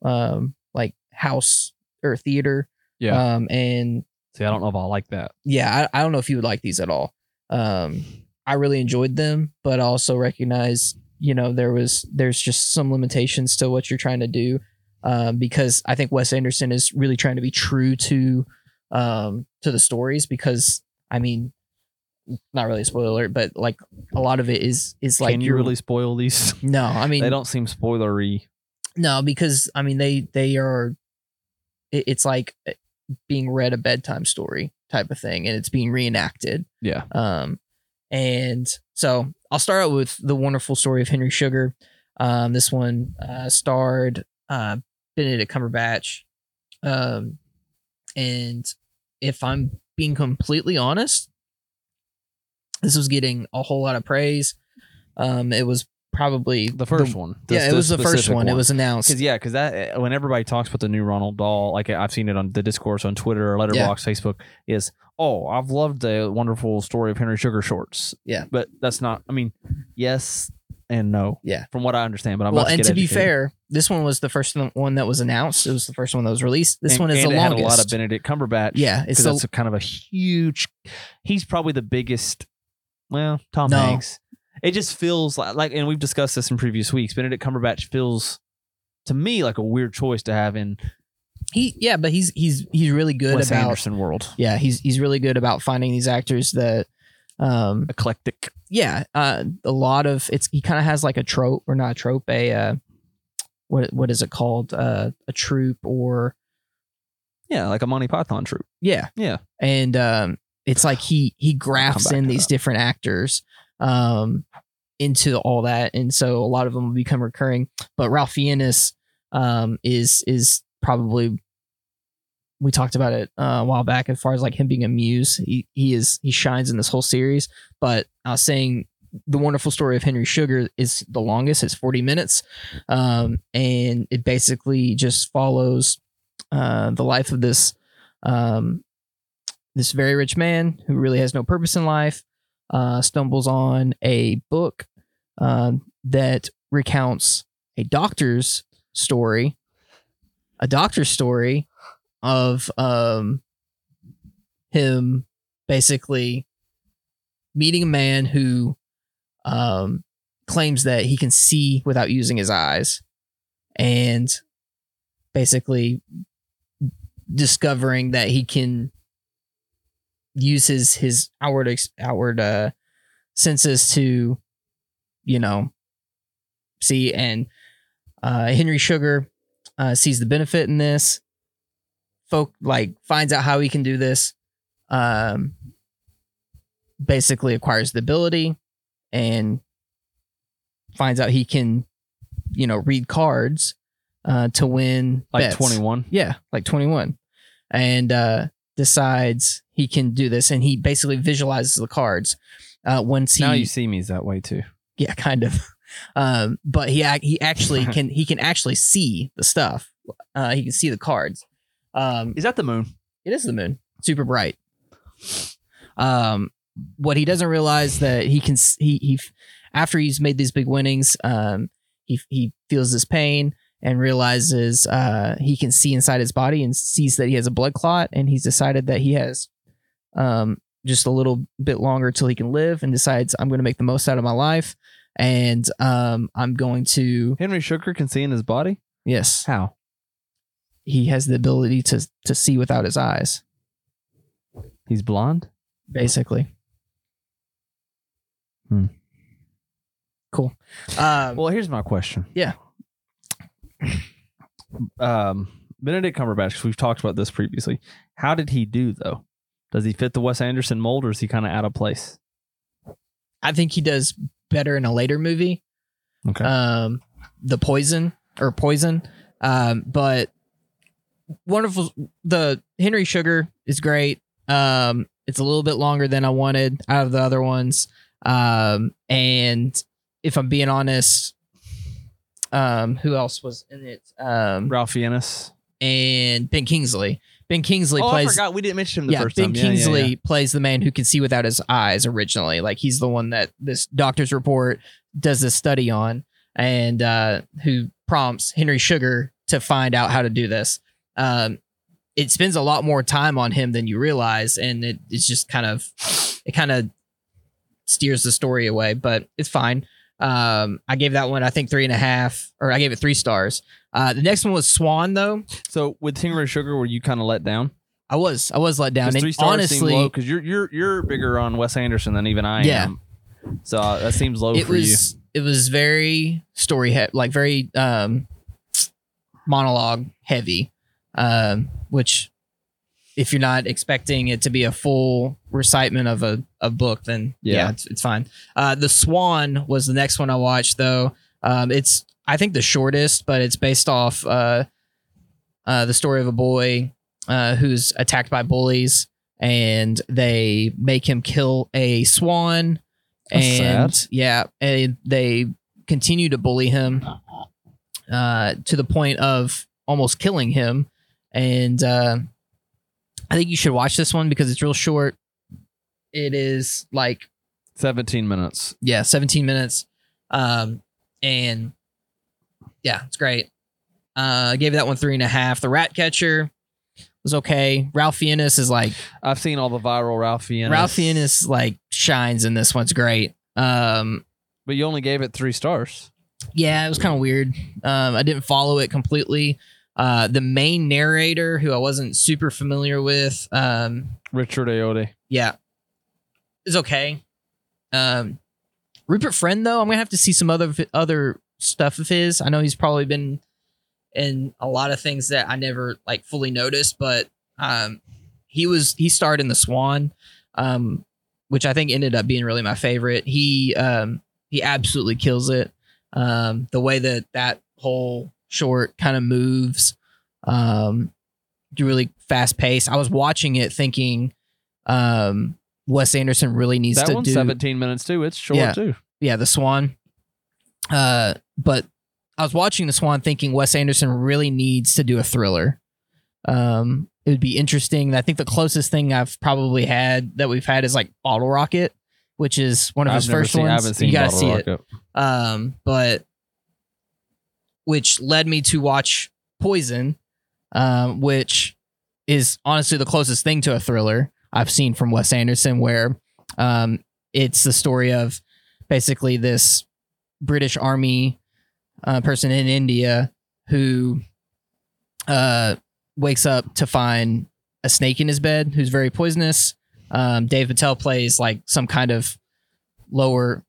S2: um, like house or theater.
S1: Yeah.
S2: Um, and
S1: see, I don't know if I like that.
S2: yeah, I, I don't know if you would like these at all. Um, I really enjoyed them, but I also recognize, you know, there was there's just some limitations to what you're trying to do, um, because I think Wes Anderson is really trying to be true to, um, to the stories. Because I mean, not really a spoiler, alert, but like a lot of it is is like
S1: Can you
S2: you're-
S1: really spoil these?
S2: No, I
S1: *laughs*
S2: mean
S1: they don't seem spoilery.
S2: no, because I mean they they are. It, it's like eh, being read a bedtime story type of thing, and it's being reenacted.
S1: Yeah.
S2: Um, and so I'll start out with the wonderful story of Henry Sugar. Um, this one uh, starred uh, Benedict Cumberbatch. Um, and if I'm being completely honest, this was getting a whole lot of praise. Um, it was probably
S1: The first one.
S2: yeah, it was the first one. It was announced.
S1: Because yeah, because that eh, when everybody talks about the new Ronald Dahl, like I've seen it on the discourse on Twitter, or Letterbox, Facebook, is oh, I've loved the wonderful story of Henry Sugar Shorts.
S2: Yeah.
S1: but that's not. I mean, yes and no.
S2: Yeah.
S1: from what I understand, but I'm
S2: well,
S1: about to
S2: and
S1: get
S2: to be
S1: educated.
S2: fair, this one was the first one that was announced. It was the first one that was released. This
S1: And-
S2: one is
S1: and
S2: the
S1: it had
S2: longest.
S1: a lot of Benedict Cumberbatch.
S2: yeah, it's
S1: because
S2: the
S1: that's a kind of a huge. He's probably the biggest. Well, Tom
S2: No.
S1: Hanks. It just feels like, like, and we've discussed this in previous weeks. Benedict Cumberbatch feels, to me, like a weird choice to have in
S2: he. Yeah, but he's he's he's really good
S1: Wes
S2: about.
S1: Anderson world.
S2: Yeah, he's he's really good about finding these actors that. Um.
S1: Eclectic.
S2: Yeah. Uh. A lot of it's he kind of has like a trope or not a trope a. Uh, what what is it called? Uh, a troupe or
S1: Yeah, like a Monty Python troupe.
S2: yeah
S1: Yeah.
S2: and um it's like he he grafts
S1: back
S2: in
S1: to
S2: these
S1: that.
S2: different actors um into all that and so a lot of them will become recurring but ralph Fiennes um is is probably we talked about it uh, a while back as far as like him being a muse he, he is he shines in this whole series but i was saying the wonderful story of henry sugar is the longest it's 40 minutes um and it basically just follows uh the life of this um this very rich man who really has no purpose in life uh, stumbles on a book um, that recounts a doctor's story, a doctor's story of um, him basically meeting a man who um, claims that he can see without using his eyes and basically discovering that he can use his his outward ex- outward uh senses to you know see and uh henry sugar uh sees the benefit in this folk like finds out how he can do this um basically acquires the ability and finds out he can you know read cards uh to win
S1: like
S2: bets.
S1: twenty one.
S2: Yeah, like 21. And uh, decides he can do this. And he basically visualizes the cards. Uh, once he,
S1: Now you see me's that way too.
S2: *laughs* yeah, kind of. Um, but he ac- he
S1: *laughs*
S2: actually can he can actually see the stuff. Uh, he can see the cards. Um,
S1: Is that the moon?
S2: it is the moon, super bright. Um, what he doesn't realize that he can s- he he f- after he's made these big winnings, um, he he feels this pain and realizes uh he can see inside his body and sees that he has a blood clot and he's decided that he has um just a little bit longer till he can live and decides I'm going to make the most out of my life and um I'm going to
S1: Henry Sugar can see in his body.
S2: yes
S1: How?
S2: he has the ability to to see without his eyes
S1: He's blonde.
S2: basically.
S1: Hmm.
S2: Cool. Um,
S1: Well, here's my question.
S2: Yeah.
S1: *clears throat* Um, Benedict Cumberbatch, 'cause we've talked about this previously. How did he do though? Does he fit the Wes Anderson mold, or is he kind of out of place?
S2: I think he does better in a later movie,
S1: Okay.
S2: um, the poison or poison. Um, but wonderful. The Henry Sugar is great. Um, it's a little bit longer than I wanted out of the other ones. Um, and if I'm being honest, um, who else was in it? Um,
S1: Ralph Fiennes.
S2: and Ben Kingsley. Ben Kingsley
S1: oh, I
S2: plays
S1: forgot we didn't mention him the
S2: yeah,
S1: first
S2: Ben
S1: time. Yeah, yeah,
S2: Kingsley
S1: yeah.
S2: plays the man who can see without his eyes originally. Like he's the one that this doctor's report does this study on and uh, who prompts Henry Sugar to find out how to do this. Um, it spends a lot more time on him than you realize, and it, it's just kind of it kind of steers the story away, but it's fine. Um, I gave that one, I think, three and a half, or I gave it three stars. Uh, the next one was Swan, though.
S1: So with Henry Sugar, were you kind of let down?
S2: I was, I was let down.
S1: Because
S2: And
S1: three stars
S2: honestly,
S1: seem low because you're you're you're bigger on Wes Anderson than even I
S2: Yeah.
S1: am. So uh, that seems low
S2: it
S1: for you.
S2: was it was very story heavy, like very um monologue heavy, um, which if you're not expecting it to be a full recitement of a, a book, then yeah,
S1: Yeah.
S2: it's, it's fine. Uh, the Swan was the next one I watched though. Um, it's I think the shortest, but it's based off uh, uh, the story of a boy uh, who's attacked by bullies, and they make him kill a swan.
S1: That's
S2: and yeah, and they continue to bully him uh, to the point of almost killing him. And uh, I think you should watch this one because it's real short. It is like
S1: Seventeen minutes.
S2: yeah, 17 minutes. Um, and yeah, it's great. Uh, I gave that one three and a half. The Rat Catcher was okay. Ralph Fiennes is like
S1: I've seen all the viral Ralph Fiennes.
S2: Ralph Fiennes like shines in this one's great. Um,
S1: but you only gave it three stars.
S2: yeah, it was kind of weird. Um, I didn't follow it completely. Uh, the main narrator, who I wasn't super familiar with, um,
S1: Richard Ayoade.
S2: yeah, is okay. Um, Rupert Friend though, I'm gonna have to see some other other stuff of his. I know he's probably been in a lot of things that I never like fully noticed, but um, he was he starred in The Swan. um, which I think ended up being really my favorite. He um, he absolutely kills it. Um, the way that that whole short kind of moves, um, really fast paced. I was watching it thinking, um, Wes Anderson really needs
S1: that
S2: to
S1: one's
S2: do
S1: 17 minutes too. It's short
S2: Yeah.
S1: too.
S2: yeah, the Swan. Uh, but I was watching the Swan, thinking Wes Anderson really needs to do a thriller. Um, it would be interesting. I think the closest thing I've probably had that we've had is like Bottle Rocket, which is one of
S1: I've
S2: his
S1: never
S2: first
S1: seen, I
S2: ones.
S1: haven't seen
S2: you gotta
S1: Bottle
S2: see it
S1: Rocket.
S2: um, but which led me to watch Poison, um, which is honestly the closest thing to a thriller I've seen from Wes Anderson, where um, it's the story of basically this British Army uh, person in India who uh, wakes up to find a snake in his bed who's very poisonous. Um, Dave Patel plays like some kind of lower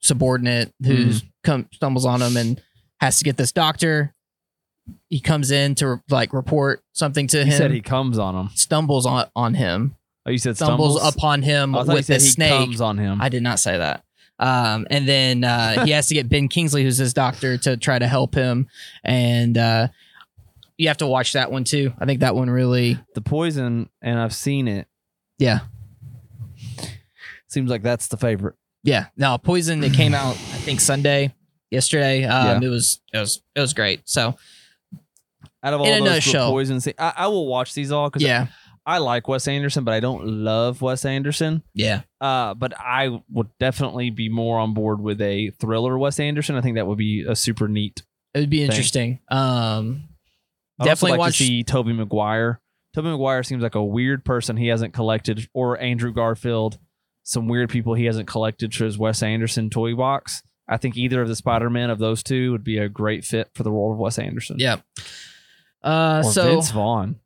S2: subordinate who's come stumbles on him and has to get this doctor. He comes in to like report something to
S1: He
S2: him.
S1: said he comes on him.
S2: stumbles on, on him.
S1: Oh, you said
S2: Stumbles,
S1: stumbles,
S2: upon him
S1: I thought you
S2: with
S1: said
S2: the
S1: he
S2: snake.
S1: comes on him.
S2: I did not say that. Um, and then uh, he has to get Ben Kingsley, who's his doctor, to try to help him. And uh, you have to watch that one too. I think that one really,
S1: the poison, and I've seen it.
S2: yeah,
S1: *sighs* Seems like that's the favorite.
S2: yeah. Now, Poison, it came out I think Sunday, yesterday. Um, It was it was it was great. So
S1: Out of all
S2: In a
S1: those little
S2: nutshell.
S1: poison, se- I, I will watch these all because
S2: yeah,
S1: I like Wes Anderson, but I don't love Wes Anderson.
S2: yeah,
S1: Uh, but I would definitely be more on board with a thriller Wes Anderson. I think that would be a super neat.
S2: it would be interesting. Um,
S1: I'd also
S2: Definitely
S1: like
S2: watch-
S1: to see Toby Maguire. Toby Maguire seems like a weird person he hasn't collected, or Andrew Garfield, some weird people he hasn't collected to his Wes Anderson toy box. I think either of the Spider Man of those two would be a great fit for the role of Wes Anderson.
S2: yeah. Uh,
S1: Or
S2: so
S1: Vince Vaughn.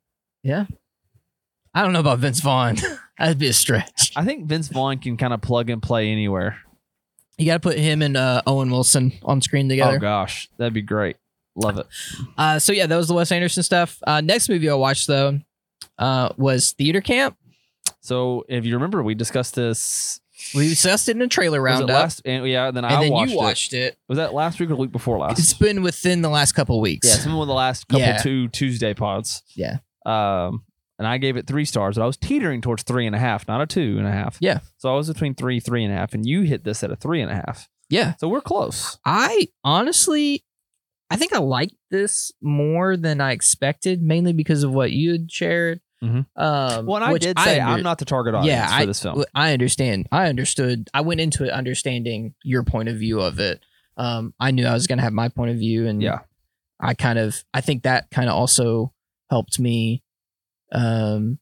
S2: I don't know about Vince
S1: *laughs*
S2: Vaughn. That'd be a stretch.
S1: I think Vince Vaughn can kind of plug and play anywhere. Oh,
S2: You got to put him and uh, Owen Wilson on screen together.
S1: Oh gosh, that'd be great. Love it.
S2: Uh, so yeah, that was the Wes Anderson stuff. Uh, next movie I watched though uh, was Theater Camp.
S1: So if you remember, we discussed this
S2: We discussed it in a trailer
S1: was it
S2: roundup,
S1: last. And, yeah, then I
S2: and then
S1: watched,
S2: you watched it.
S1: it. Was that last week or the week before last?
S2: It's been within the last couple weeks.
S1: Yeah, it's been one of the last couple
S2: Yeah.
S1: two Tuesday pods.
S2: Yeah.
S1: Um, and I gave it three stars, but I was teetering towards three and a half, not a two and a half.
S2: Yeah.
S1: So I was between three, three and a half, and you hit this at a three and a half.
S2: Yeah.
S1: So we're close.
S2: I honestly, I think I liked this more than I expected, mainly because of what you had shared.
S1: Mhm.
S2: Um,
S1: Well, and I
S2: which
S1: did say
S2: under-
S1: I'm not the target audience
S2: Yeah,
S1: for this film.
S2: Well, I understand. I understood. I went into it understanding your point of view of it. Um, I knew I was going to have my point of view, and
S1: Yeah.
S2: I kind of, I think that kind of also helped me, um,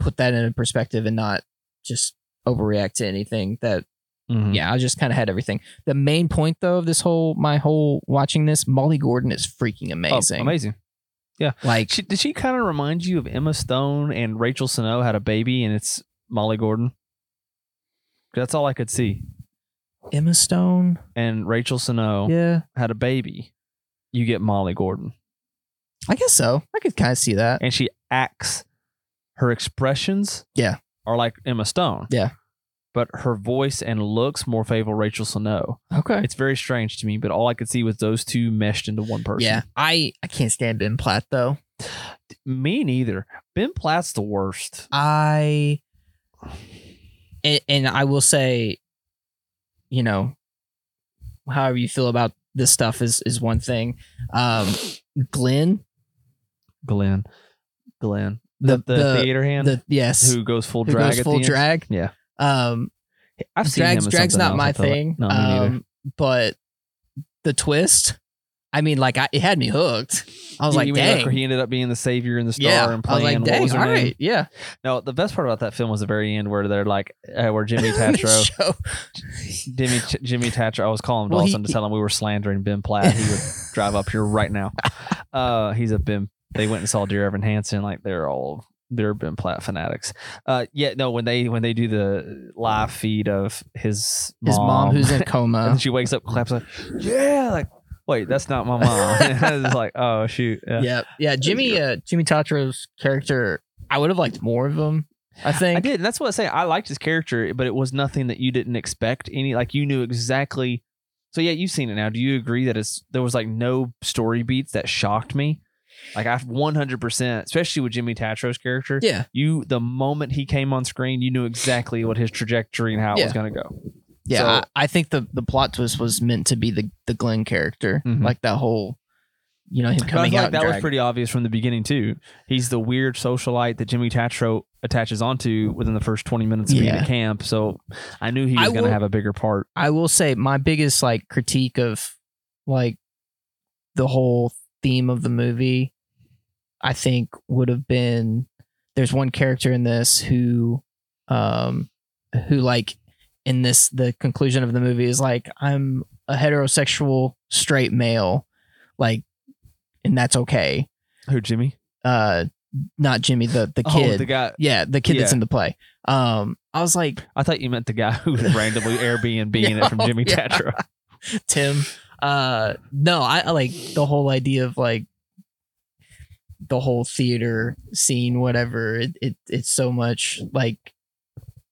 S2: put that in perspective and not just overreact to anything. That
S1: Mhm.
S2: yeah, I just kind of had everything. The main point though of this whole, my whole watching this, Molly Gordon is freaking
S1: Oh,
S2: amazing.
S1: amazing.
S2: Like
S1: She, did she kind of remind you of Emma Stone and Rachel Snow had a baby and it's Molly Gordon? That's all I could see.
S2: Emma Stone.
S1: And Rachel Snow
S2: Yeah,
S1: had a baby. You get Molly Gordon.
S2: I guess so. I could kind of see that.
S1: And she acts, her expressions
S2: Yeah.
S1: are like Emma Stone.
S2: Yeah.
S1: But her voice and looks more favor Rachel Snow.
S2: Okay.
S1: It's very strange to me, but all I could see was those two meshed into one person.
S2: Yeah, I I can't stand Ben Platt though.
S1: Me neither. Ben Platt's the worst.
S2: I and, and I will say, you know, however you feel about this stuff is is one thing. Um, Glenn,
S1: Glenn. Glenn.
S2: the
S1: The,
S2: the,
S1: theater
S2: the,
S1: hand.
S2: yes,
S1: who goes full
S2: who
S1: drag
S2: goes
S1: at
S2: full
S1: the end.
S2: drag.
S1: Yeah.
S2: Um,
S1: I've seen
S2: drag's
S1: him in
S2: drag's
S1: something
S2: not
S1: else,
S2: my
S1: I feel like.
S2: thing.
S1: No, me neither.
S2: um, but the twist. I mean, like I, it had me hooked. I was
S1: You-
S2: like,
S1: you mean
S2: dang.
S1: he ended up being the savior and the star
S2: yeah,
S1: and
S2: I was
S1: playing.
S2: like,
S1: what
S2: dang,
S1: was her
S2: all
S1: name?
S2: right, yeah.
S1: No, the best part about that film was the very end where they're like, uh, where
S2: *laughs*
S1: Jimmy
S2: They
S1: Tatro,
S2: show-
S1: Jimmy, Jimmy Tatro. I was calling
S2: Well, he-
S1: Dawson to tell him we were slandering Ben Platt. He would
S2: *laughs*
S1: drive up here right now. Uh, he's a Ben. They went and saw Dear Evan Hansen. Like they're all they're Ben Platt fanatics. Uh, yeah, no, when they when they do the live feed of his
S2: His mom,
S1: *laughs*
S2: who's in a
S1: and
S2: coma.
S1: then she wakes up, claps like, yeah, like wait, that's not my mom. *laughs* it's like oh shoot, yeah.
S2: yeah yeah jimmy uh jimmy tatro's character i would have liked more of him I think
S1: I did. And that's what I say. I liked his character, but it was nothing that you didn't expect. Any like you knew exactly. So yeah, you've seen it now. Do you agree that it's there was like no story beats that shocked me? Like I 100, percent especially with Jimmy Tatro's character.
S2: Yeah.
S1: You the moment he came on screen, you knew exactly what his trajectory and how it was going to go.
S2: Yeah,
S1: So-
S2: I, I think the the plot twist was meant to be the the Glenn character,
S1: Mhm.
S2: like that whole, you know, him
S1: But I
S2: coming
S1: feel
S2: out.
S1: like
S2: in
S1: that was
S2: drag.
S1: pretty obvious from the beginning too. He's the weird socialite that Jimmy Tatro attaches onto within the first 20 minutes of being
S2: Yeah.
S1: at camp. So I knew he
S2: I
S1: was going
S2: will-
S1: to have a bigger part.
S2: I will say my biggest like critique of like the whole theme of the movie, I think would have been there's one character in this who, um, who like in this the conclusion of the movie is like I'm a heterosexual straight male, like, and that's okay.
S1: Who Jimmy?
S2: uh not Jimmy the the kid
S1: Oh, the guy
S2: yeah the kid that's
S1: Yeah.
S2: in the play um I was like
S1: I thought you meant the guy who was
S2: *laughs*
S1: randomly Airbnb in it from
S2: No,
S1: Jimmy
S2: yeah.
S1: Tatro.
S2: Tim uh no I, I like the whole idea of like the whole theater scene whatever it, it it's so much like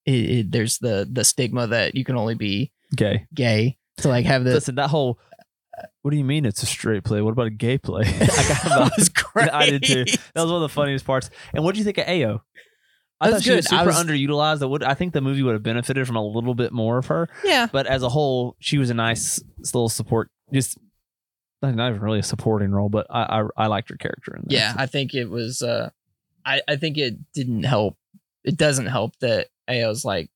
S2: it, it, there's the the stigma that you can only be
S1: Gay.
S2: gay to like have this
S1: Listen, that whole. What do you mean it's a straight play? What about a gay
S2: *laughs*
S1: play? I got *laughs* that.
S2: was great
S1: I did too. That was one of the funniest parts. And what do you think of Ao?
S2: That
S1: I
S2: was
S1: thought she was
S2: good. I
S1: super
S2: was-
S1: underutilized. That would I think the movie would have benefited from a little bit more of her.
S2: yeah
S1: But as a whole, she was a nice little support. Just not not even really a supporting role, but I I, I liked her character in there.
S2: yeah I think it was uh I I think it didn't help it doesn't help that AO's like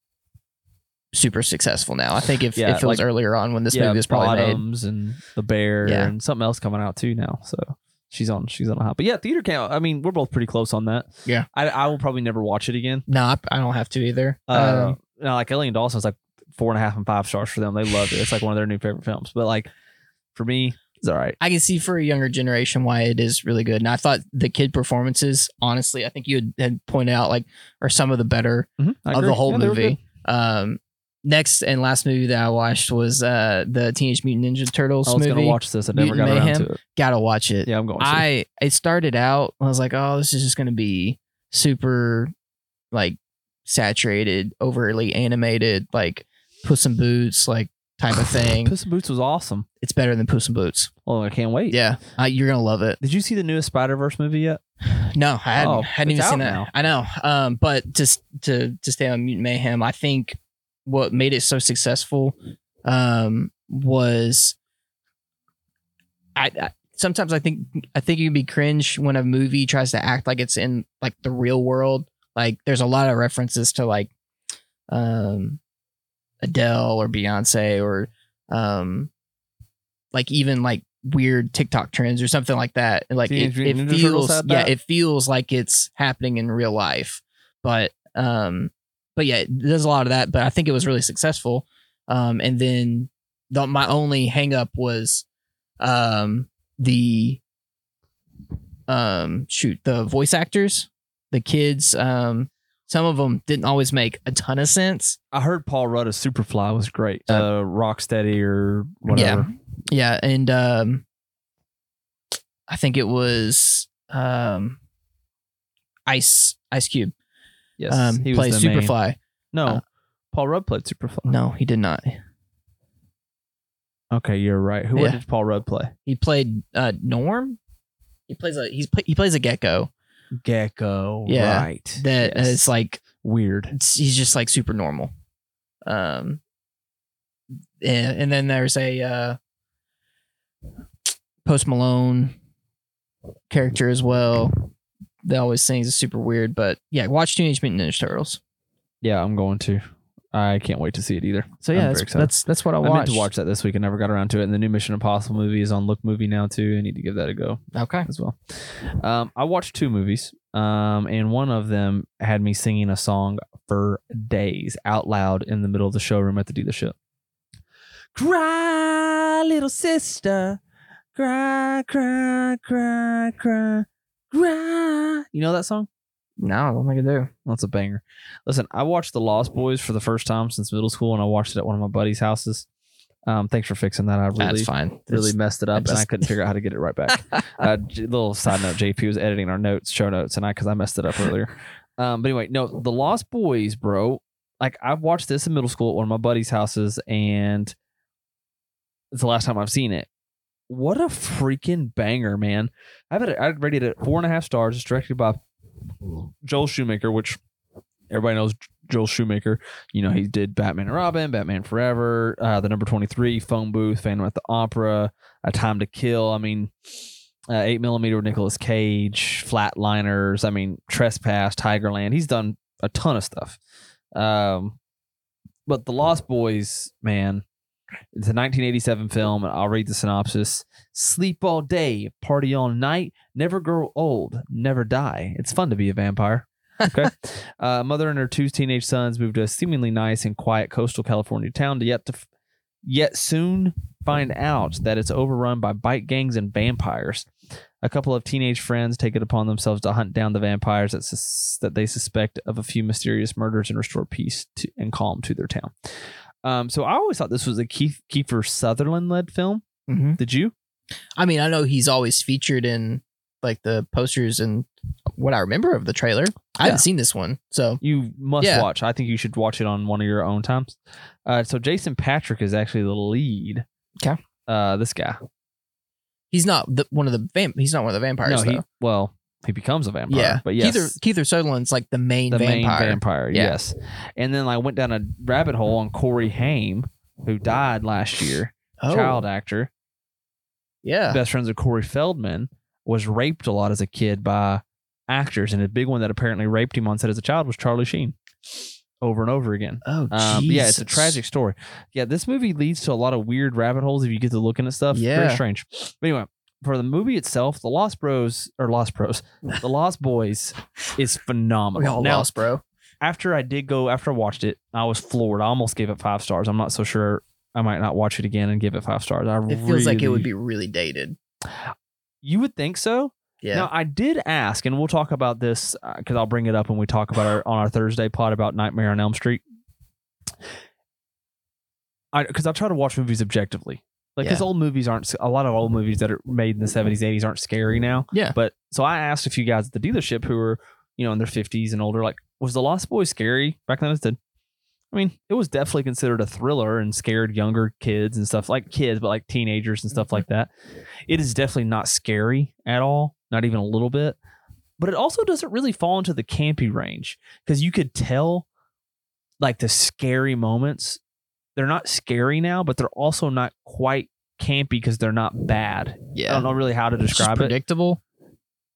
S2: super successful now. I think if,
S1: Yeah,
S2: if it was
S1: like-
S2: earlier on when this
S1: yeah,
S2: movie was probably made.
S1: Bottoms and the bear
S2: Yeah.
S1: and something else coming out too now. So she's on she's on a hot. But yeah, theater count. I mean, we're both pretty close on that.
S2: Yeah.
S1: I, I will probably never watch it again.
S2: No, I, I don't have to either.
S1: Uh,
S2: um,
S1: no, like Ellie and Dawson's like four and a half and five stars for them. They loved it. It's like one of their new favorite films. But like for me, it's all right.
S2: I can see for a younger generation why it is really good. And I thought the kid performances, honestly, I think you had, had pointed out like are some of the better
S1: Mhm, I
S2: of
S1: agree.
S2: the whole
S1: Yeah, they were
S2: movie.
S1: good.
S2: Um next and last movie that I watched was uh the Teenage Mutant Ninja Turtles
S1: I was
S2: movie.
S1: gonna watch this. I never
S2: Mutant
S1: got around
S2: Mayhem.
S1: to it.
S2: Gotta watch it.
S1: Yeah, I'm going. To.
S2: I it started out I was like, oh, this is just gonna be super like saturated, overly animated, like Puss in Boots, like type
S1: *sighs*
S2: of thing.
S1: Puss in Boots was awesome.
S2: it's better than Puss in Boots.
S1: Oh, I can't wait.
S2: Yeah, I, you're gonna love it.
S1: Did you see the newest Spider Verse movie yet?
S2: No, I hadn't,
S1: Oh,
S2: hadn't
S1: it's
S2: even seen
S1: out now.
S2: that. I know. Um, but just to to stay on Mutant Mayhem, I think what made it so successful um was I, I sometimes I think I think it can be cringe when a movie tries to act like it's in like the real world. Like there's a lot of references to like um Adele or Beyonce or um like even like weird TikTok trends or something like that. Like
S1: Teenage
S2: it,
S1: Mutant
S2: it
S1: Ninja Turtles
S2: feels
S1: had
S2: yeah,
S1: that?
S2: it feels like it's happening in real life. But um but yeah, there's a lot of that, but I think it was really successful. Um and then the, my only hang up was um the um shoot, the voice actors, the kids um some of them didn't always make a ton of sense.
S1: I heard Paul Rudd as Superfly was great. Uh, Rocksteady or whatever.
S2: Yeah, and um I think it was um Ice Ice Cube
S1: Yes,
S2: um
S1: he
S2: played
S1: was the main-
S2: Superfly.
S1: No,
S2: Uh,
S1: Paul Rudd played Superfly.
S2: No, he did not.
S1: Okay, you're right. Who what
S2: Yeah.
S1: did Paul Rudd play?
S2: He played uh Norm. He plays a he's play, he plays a gecko
S1: Gecko.
S2: Yeah,
S1: Right.
S2: that
S1: Yes.
S2: is like
S1: weird.
S2: it's, he's just like super normal. Um, and, and then there's a uh, Post Malone character as well. That always sings is super weird, but yeah, watch Teenage Mutant Ninja Turtles.
S1: Yeah, I'm going to. I can't wait to see it either.
S2: So
S1: I'm
S2: yeah,
S1: very
S2: that's,
S1: excited.
S2: that's that's what I
S1: I meant
S2: watched.
S1: to watch that this week and never got around to it. And the new Mission Impossible movie is on Look Movie now too. I need to give that a go
S2: Okay,
S1: as well. Um, I watched two movies, um, and one of them had me singing a song for days out loud in the middle of the showroom at the dealership. Cry, little sister, cry, cry, cry, cry, cry. You know that song?
S2: no, what am I gonna do?
S1: That's a banger. Listen, I watched The Lost Boys for the first time since middle school, and I watched it at one of my buddies' houses. Um, thanks for fixing that. I really,
S2: that's fine.
S1: really messed it up, and I
S2: just-
S1: couldn't figure out how to get it right back.
S2: That's-
S1: uh, j- little side note: JP was editing our notes, show notes, and I because I messed it up earlier. Um, but anyway, no, the Lost Boys, bro. Like I've watched this in middle school at one of my buddies' houses, and it's the last time I've seen it. What a freaking banger, man! I've had it, I rated it four and a half stars. It's directed by Joel Shoemaker, which everybody knows Joel Shoemaker. You know he did Batman and Robin, Batman Forever, uh, The Number Twenty Three, Phone Booth, Phantom at the Opera, A Time to Kill. I mean, uh, eight millimeter with Nicolas Cage, Flatliners. I mean, Trespass, Tigerland. He's done a ton of stuff. Um, but The Lost Boys, man, it's a 1987 film, and I'll read the synopsis: Sleep all day, party all night, never grow old, never die. It's fun to be a vampire. okay. Uh, mother and her two teenage sons move to a seemingly nice and quiet coastal California town to yet to f- yet soon find out that it's overrun by bike gangs and vampires. A couple of teenage friends take it upon themselves to hunt down the vampires that, sus- that they suspect of a few mysterious murders and restore peace to- and calm to their town. Um, so I always thought this was a Keith Kiefer Sutherland led film.
S2: Mm-hmm.
S1: Did you?
S2: I mean, I know he's always featured in like the posters and what I remember of the trailer. I
S1: Yeah.
S2: haven't seen this one, so
S1: You must
S2: Yeah.
S1: watch. I think you should watch it on one of your own times. Uh, so Jason Patrick is actually the lead.
S2: Okay.
S1: Uh, this guy.
S2: he's not the, one of the vamp. He's not one of the vampires.
S1: no, he
S2: though.
S1: well he becomes a vampire.
S2: yeah,
S1: but yes,
S2: Keith, Keith Sutherland's like the main
S1: the
S2: vampire.
S1: main vampire.
S2: Yeah.
S1: Yes, and then I went down a rabbit hole on Corey Haim, who died last year,
S2: Oh, Ah.
S1: child actor,
S2: Yeah,
S1: best friends of Corey Feldman, was raped a lot as a kid by actors, and a big one that apparently raped him on set as a child was Charlie Sheen, over and over again.
S2: Oh,
S1: Um, but yeah, it's a
S2: Jesus.
S1: tragic story. Yeah, this movie leads to a lot of weird rabbit holes if you get to looking at stuff.
S2: Yeah.
S1: Very strange. But anyway, for the movie itself, The Lost Bros or Lost Bros, The Lost Boys
S2: *laughs*
S1: is
S2: We
S1: phenomenal.
S2: all
S1: Now,
S2: lost, bro.
S1: after I did go, after I watched it, I was floored. I almost gave it five stars. I'm not so sure. I might not watch it again and give it five stars. I
S2: It feels like it would be really dated.
S1: You would think so.
S2: Yeah.
S1: Now I did ask, and we'll talk about this because I'll bring it up when we talk about our on our Thursday pod about Nightmare on Elm Street. I because I try to watch movies objectively, like because
S2: Yeah.
S1: old movies aren't s- a lot of old movies that are made in the seventies, eighties aren't scary now.
S2: Yeah.
S1: But so I asked a few guys at the dealership who were you know in their fifties and older, like was The Lost Boys scary back then? I said, I mean, it was definitely considered a thriller and scared younger kids and stuff like kids, but like teenagers and
S2: Mm-hmm.
S1: stuff like that. It is definitely not scary at all, not even a little bit. But it also doesn't really fall into the campy range because you could tell like the scary moments. They're not scary now, but they're also not quite campy because they're not bad. I
S2: yeah.
S1: don't know really how to
S2: It's just
S1: describe it
S2: predictable.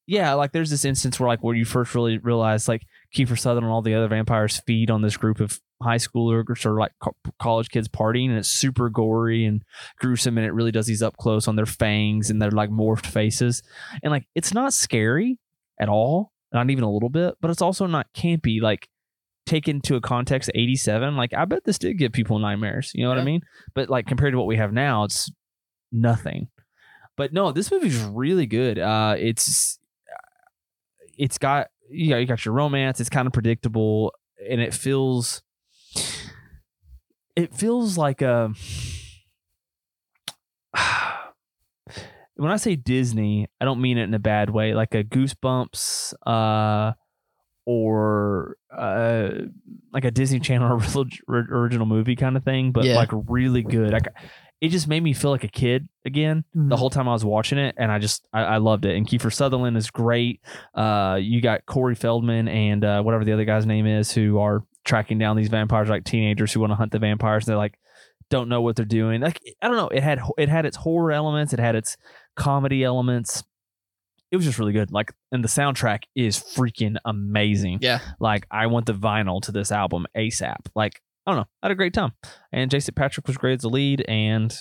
S1: yeah, like there's this instance where like where you first really realize like Kiefer Sutherland and all the other vampires feed on this group of high schoolers or like co- college kids partying, and it's super gory and gruesome, and it really does these up close on their fangs and their like morphed faces, and like it's not scary at all, not even a little bit, but it's also not campy. Like taken to a context, eighty seven, like I bet this did give people nightmares. You know what I
S2: Yeah.
S1: mean? But like compared to what we have now, it's nothing. But no, this movie's really good. Uh, it's it's got you know you got your romance it's kind of predictable and it feels it feels like um, a *sighs* when i say disney i don't mean it in a bad way like a goosebumps uh or uh like a disney channel *laughs* orig- original movie kind of thing but
S2: Yeah.
S1: like really good like it just made me feel like a kid again the whole time I was watching it, and I just I, I loved it. And Kiefer Sutherland is great. Uh, you got Corey Feldman and uh, whatever the other guy's name is, who are tracking down these vampires like teenagers who want to hunt the vampires. And they're like don't know what they're doing. Like I don't know. It had it had its horror elements. It had its comedy elements. It was just really good. Like and the soundtrack is freaking amazing.
S2: Yeah.
S1: Like I want the vinyl to this album ASAP. Like I don't know. I had a great time. And Jason Patrick was great as the lead and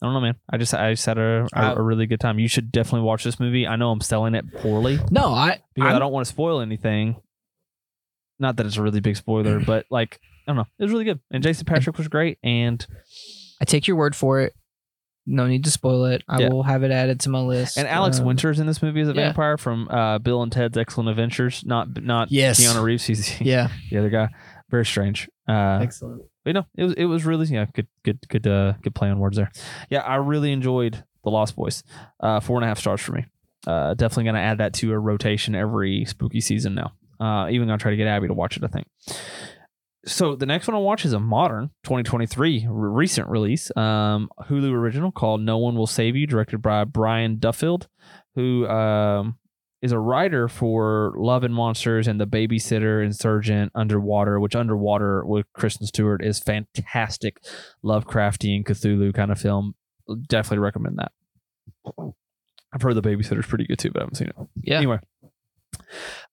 S1: I don't know, man. I just I just had a, a,
S2: Uh,
S1: a really good time. You should definitely watch this movie. I know I'm selling it poorly
S2: No, I.
S1: because I'm, I
S2: I'm-
S1: do not want to spoil anything. Not that it's a really big
S2: *laughs*
S1: spoiler, but like I don't know, it was really good. And Jason Patrick was great, and
S2: I take your word for it. No need to spoil it. I
S1: Yeah.
S2: will have it added to my list.
S1: and Alex
S2: Um,
S1: Winters in this movie is a
S2: yeah.
S1: vampire from uh, Bill and Ted's Excellent Adventures. Not not
S2: Yes.
S1: Keanu Reeves. He's
S2: Yeah.
S1: the other guy. Very strange. Uh,
S2: Excellent.
S1: but no, it was it was really yeah good good good uh, good play on words there. Yeah, I really enjoyed the Lost Boys. Uh, four and a half stars for me. Uh, definitely gonna add that to a rotation every spooky season now. Uh, even gonna try to get Abby to watch it. I think. So the next one I'll watch is a modern 2023 re- recent release, um, Hulu original called "No One Will Save You," directed by Brian Duffield, who um, is a writer for Love and Monsters and The Babysitter, Insurgent, Underwater, which Underwater with Kristen Stewart is fantastic, Lovecraftian Cthulhu kind of film. Definitely recommend that. I've heard The Babysitter's pretty good too, but I haven't seen it.
S2: Yeah.
S1: Anyway.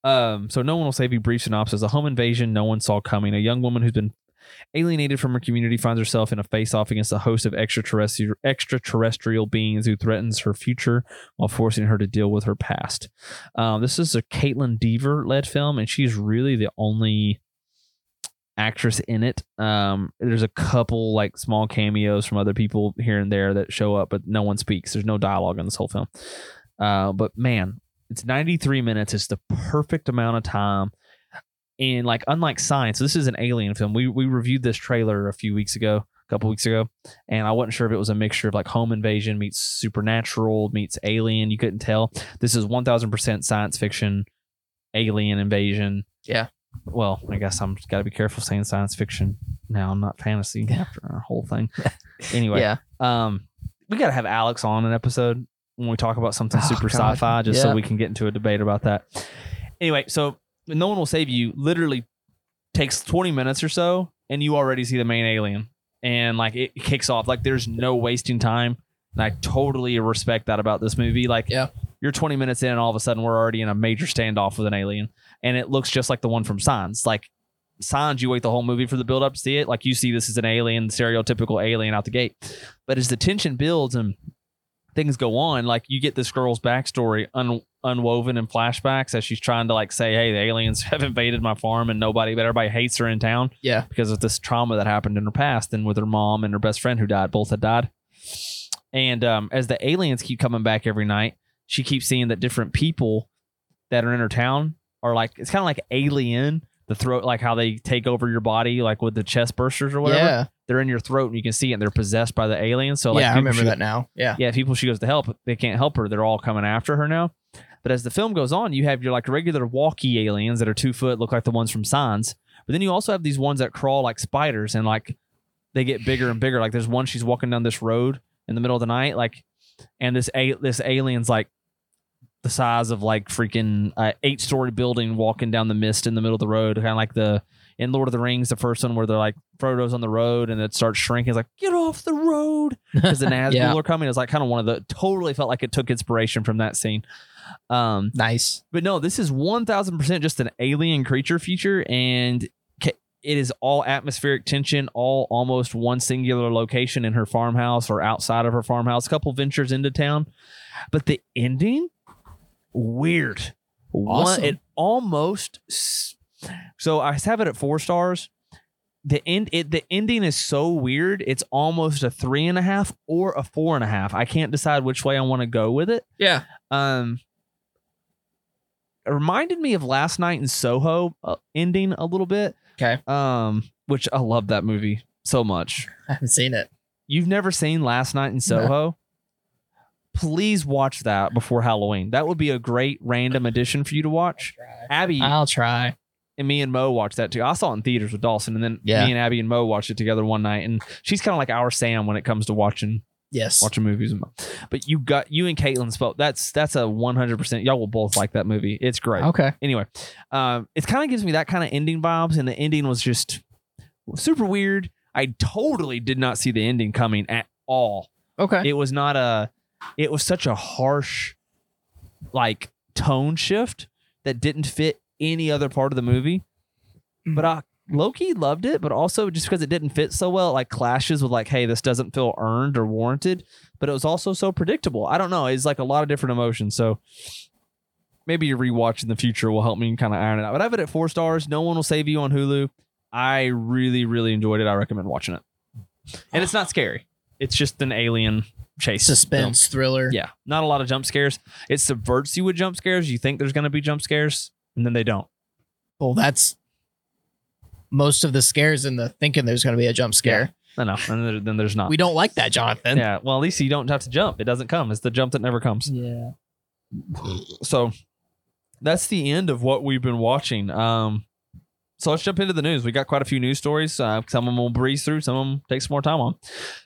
S1: Um, so no one will save you. Brief synopsis: A home invasion no one saw coming. A young woman who's been alienated from her community finds herself in a face-off against a host of extraterrestrial extraterrestrial beings who threatens her future while forcing her to deal with her past. Um, this is a Caitlin Deaver led film, and she's really the only actress in it. Um, there's a couple like small cameos from other people here and there that show up, but no one speaks. There's no dialogue in this whole film. Uh, but man, it's 93 minutes. It's the perfect amount of time. And like, unlike science, this is an alien film. We we reviewed this trailer a few weeks ago, a couple weeks ago, and I wasn't sure if it was a mixture of like home invasion meets supernatural meets alien. You couldn't tell. This is 1000% science fiction, alien invasion.
S2: Yeah.
S1: Well, I guess I'm got to be careful saying science fiction now. I'm not fantasy after our whole
S2: *laughs*
S1: thing. Anyway,
S2: Yeah.
S1: um, we got to have Alex on an episode when we talk about something
S2: Oh,
S1: super
S2: God.
S1: sci-fi, just so
S2: Yeah.
S1: we can get into a debate about that. Anyway, so no one will save you. Literally takes twenty minutes or so, and you already see the main alien, and like it kicks off. Like there's no wasting time, and I totally respect that about this movie. Like,
S2: Yeah.
S1: you're twenty minutes in, and all of a sudden we're already in a major standoff with an alien, and it looks just like the one from Signs. Like signs you wait the whole movie for the build up to see it like you see this is an alien stereotypical alien out the gate but as the tension builds and things go on like you get this girl's backstory un- unwoven in flashbacks as she's trying to like say hey the aliens *laughs* have invaded my farm and nobody but everybody hates her in town
S2: Yeah.
S1: because of this trauma that happened in her past and with her mom and her best friend who died both had died and um, as the aliens keep coming back every night she keeps seeing that different people that are in her town are like it's kind of like alien the throat like how they take over your body like with the chest bursters or whatever
S2: Yeah.
S1: they're in your throat and you can see it and they're possessed by the alien so like
S2: yeah. I
S1: people
S2: remember
S1: she-
S2: that now. Yeah.
S1: yeah, people she goes to help, they can't help her. They're all coming after her now. But as the film goes on, you have your like regular walkie aliens that are two foot, look like the ones from Signs. But then you also have these ones that crawl like spiders and like they get bigger and bigger. Like there's one she's walking down this road in the middle of the night, like, and this a this alien's like the size of like freaking uh, eight story building walking down the mist in the middle of the road, kind of like the in Lord of the Rings, the first one where they're like Frodo's on the road and it starts shrinking. It's like get off the road because the Nazgul
S2: Yeah.
S1: are coming. It's like kind of one of the totally felt like it took inspiration from that scene. Um,
S2: Nice.
S1: but no, this is one thousand percent just an alien creature feature, and ca- it is all atmospheric tension, all almost one singular location in her farmhouse or outside of her farmhouse. A couple ventures into town, but the ending weird.
S2: Awesome.
S1: it almost. s- So I have it at four stars. The end. It the ending is so weird. It's almost a three and a half or a four and a half. I can't decide which way I want to go with it
S2: Yeah.
S1: um it reminded me of last night in soho uh, ending a little bit
S2: Okay.
S1: um which i love that movie so much
S2: I haven't seen it.
S1: you've never seen last night in soho please watch that before halloween that would be a great random addition for you to watch abby
S2: I'll try.
S1: and me and Mo watched that too. I saw it in theaters with Dawson, and then
S2: Yeah.
S1: me and Abby and Mo watched it together one night. And she's kind of like our Sam when it comes to watching
S2: Yes.
S1: watching movies. with Mo. But you got you and Caitlin spoke. That's that's a one hundred percent. Y'all will both like that movie. It's great.
S2: Okay.
S1: Anyway, um, it kind of gives me that kind of ending vibes, and the ending was just super weird. I totally did not see the ending coming at all.
S2: Okay.
S1: It was not a. It was such a harsh, like tone shift that didn't fit any other part of the movie. But I Loki loved it, but also just because it didn't fit so well, it like clashes with like, hey, this doesn't feel earned or warranted. But it was also so predictable. I don't know. It's like a lot of different emotions. So maybe a rewatch in the future will help me kind of iron it out. But I have it at four stars. No one will save you on Hulu. I really, really enjoyed it. I recommend watching it. And it's not scary. It's just an alien chase film.
S2: Suspense thriller.
S1: Yeah, not a lot of jump scares. It subverts you with jump scares. You think there's going to be jump scares, and then they don't.
S2: Well, that's most of the scares in the thinking there's going to be a jump scare.
S1: No, no, and there- then there's not.
S2: We don't like that, Jonathan.
S1: yeah, well, at least you don't have to jump. It doesn't come. It's the jump that never comes.
S2: Yeah.
S1: So, that's the end of what we've been watching. Um, so let's jump into the news. We got quite a few news stories. Uh, some of them will breeze through. Some of them take some more time on.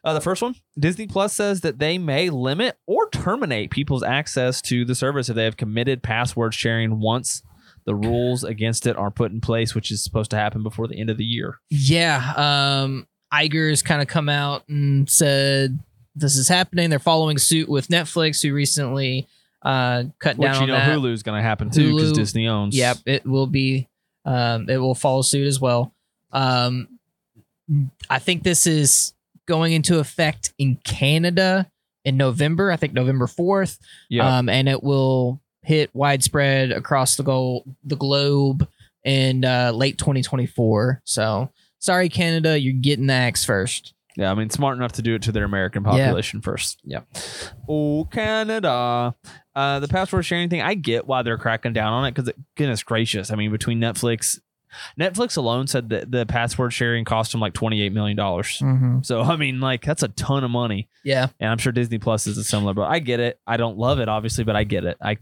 S1: Uh, the first one: Disney Plus says that they may limit or terminate people's access to the service if they have committed password sharing once the rules against it are put in place, which is supposed to happen before the end of the year.
S2: Yeah. Um, Iger's kind of come out and said this is happening. They're following suit with Netflix, who recently uh, cut
S1: Which
S2: down
S1: you know
S2: on that.
S1: Hulu's going to happen too because
S2: Hulu-
S1: Disney owns.
S2: Yep, it will be. Um, it will follow suit as well. Um, I think this is going into effect in Canada in November. I think November fourth.
S1: Yeah.
S2: Um, and it will hit widespread across the goal the globe in uh, late 2024. So sorry, Canada, you're getting the axe first.
S1: Yeah, I mean, smart enough to do it to their American
S2: Yeah.
S1: population first. Yeah. Oh, Canada. Uh, the password sharing thing, I get why they're cracking down on it because, goodness gracious, I mean, between Netflix, Netflix alone said that the password sharing cost them like $28 million.
S2: Mm-hmm.
S1: So, I mean, like, that's a ton of money.
S2: Yeah,
S1: And I'm sure Disney Plus is a similar, but I get it. I don't love it, obviously, but I get it. I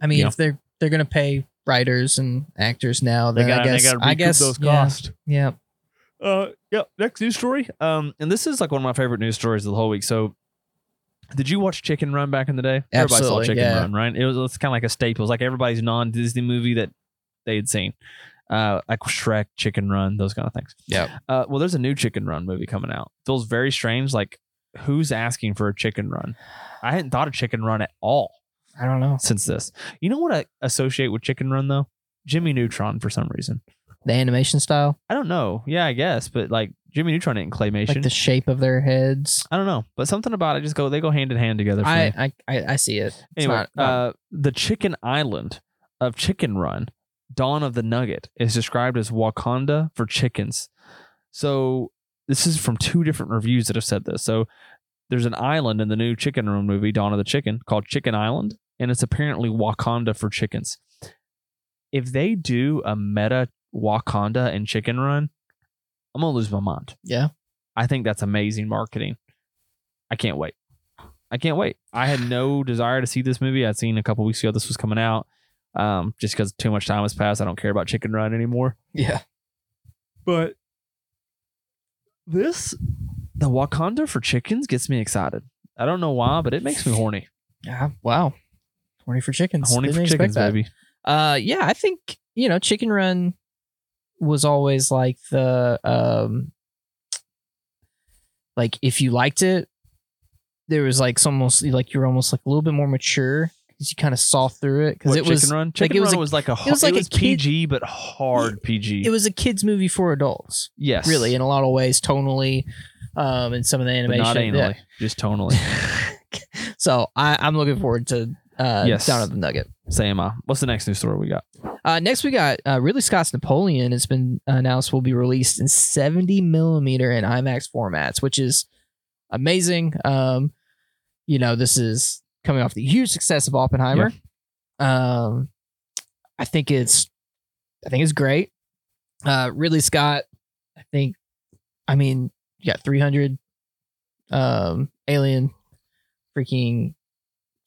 S2: I mean
S1: Yeah.
S2: if they're they're gonna pay writers and actors now,
S1: They
S2: then
S1: got
S2: I guess
S1: they gotta
S2: I
S1: recoup
S2: guess
S1: those
S2: yeah,
S1: costs.
S2: Yeah,
S1: Uh, yeah. Next news story. Um, and this is like one of my favorite news stories of the whole week. So, did you watch Chicken Run back in the day? Everybody
S2: Absolutely,
S1: saw Chicken
S2: yeah.
S1: Run, right? It was, kind of like a staple. It was like everybody's non-Disney movie that they had seen, uh, like Shrek, Chicken Run, those kind of things.
S2: Yep.
S1: Uh, well, there's a new Chicken Run movie coming out. Feels very strange. Like, who's asking for a Chicken Run? I hadn't thought of Chicken Run at all
S2: I don't know
S1: since this. You know what I associate with Chicken Run though? Jimmy Neutron for some reason.
S2: the animation style,
S1: I don't know. Yeah, I guess, but like Jimmy Neutron in claymation.
S2: like the shape of their heads.
S1: I don't know, but something about it just go. They go hand in hand together. For me.
S2: I, I I I see it. It's
S1: Anyway,
S2: not- not-
S1: uh, the Chicken Island of Chicken Run, Dawn of the Nugget, is described as Wakanda for chickens. So this is from two different reviews that have said this. So there's an island in the new Chicken Run movie, Dawn of the Chicken, called Chicken Island, and it's apparently Wakanda for chickens. If they do a meta Wakanda and Chicken Run, I'm gonna lose my mind.
S2: yeah.
S1: I think that's amazing marketing. I can't wait. I can't wait. I had no desire to see this movie. I'd seen a couple weeks ago this was coming out. Um, just because too much time has passed, I don't care about Chicken Run anymore.
S2: Yeah.
S1: But this, the Wakanda for chickens, gets me excited. I don't know why, but it makes me horny.
S2: Yeah. Wow. Horny for chickens.
S1: Horny
S2: Didn't
S1: for
S2: expect
S1: chickens,
S2: that.
S1: baby.
S2: Uh, yeah, I think you know, Chicken Run was always like the um, like if you liked it, there was like some almost like you were almost like a little bit more mature because you kind of saw through it because
S1: What,
S2: it was
S1: Chicken Run. Chicken
S2: it was
S1: Run
S2: a-
S1: was like a
S2: was like a kid-
S1: PG but hard PG.
S2: it was a kids movie for adults,
S1: yes,
S2: really in a lot of ways, tonally, um, and some of the
S1: but
S2: animation,
S1: not anally,
S2: Yeah.
S1: just tonally.
S2: *laughs* so I, I'm looking forward to uh,
S1: Yes.
S2: Down of the Nugget.
S1: Same. Uh, what's the next news story we got?
S2: Uh, next, we got uh, Ridley Scott's Napoleon. It's been announced will be released in 70 millimeter and IMAX formats, which is amazing. Um, you know, this is coming off the huge success of Oppenheimer. Um, I think it's, I think it's great. Uh, Ridley Scott, I think, I mean, you got 300, um, Alien, freaking,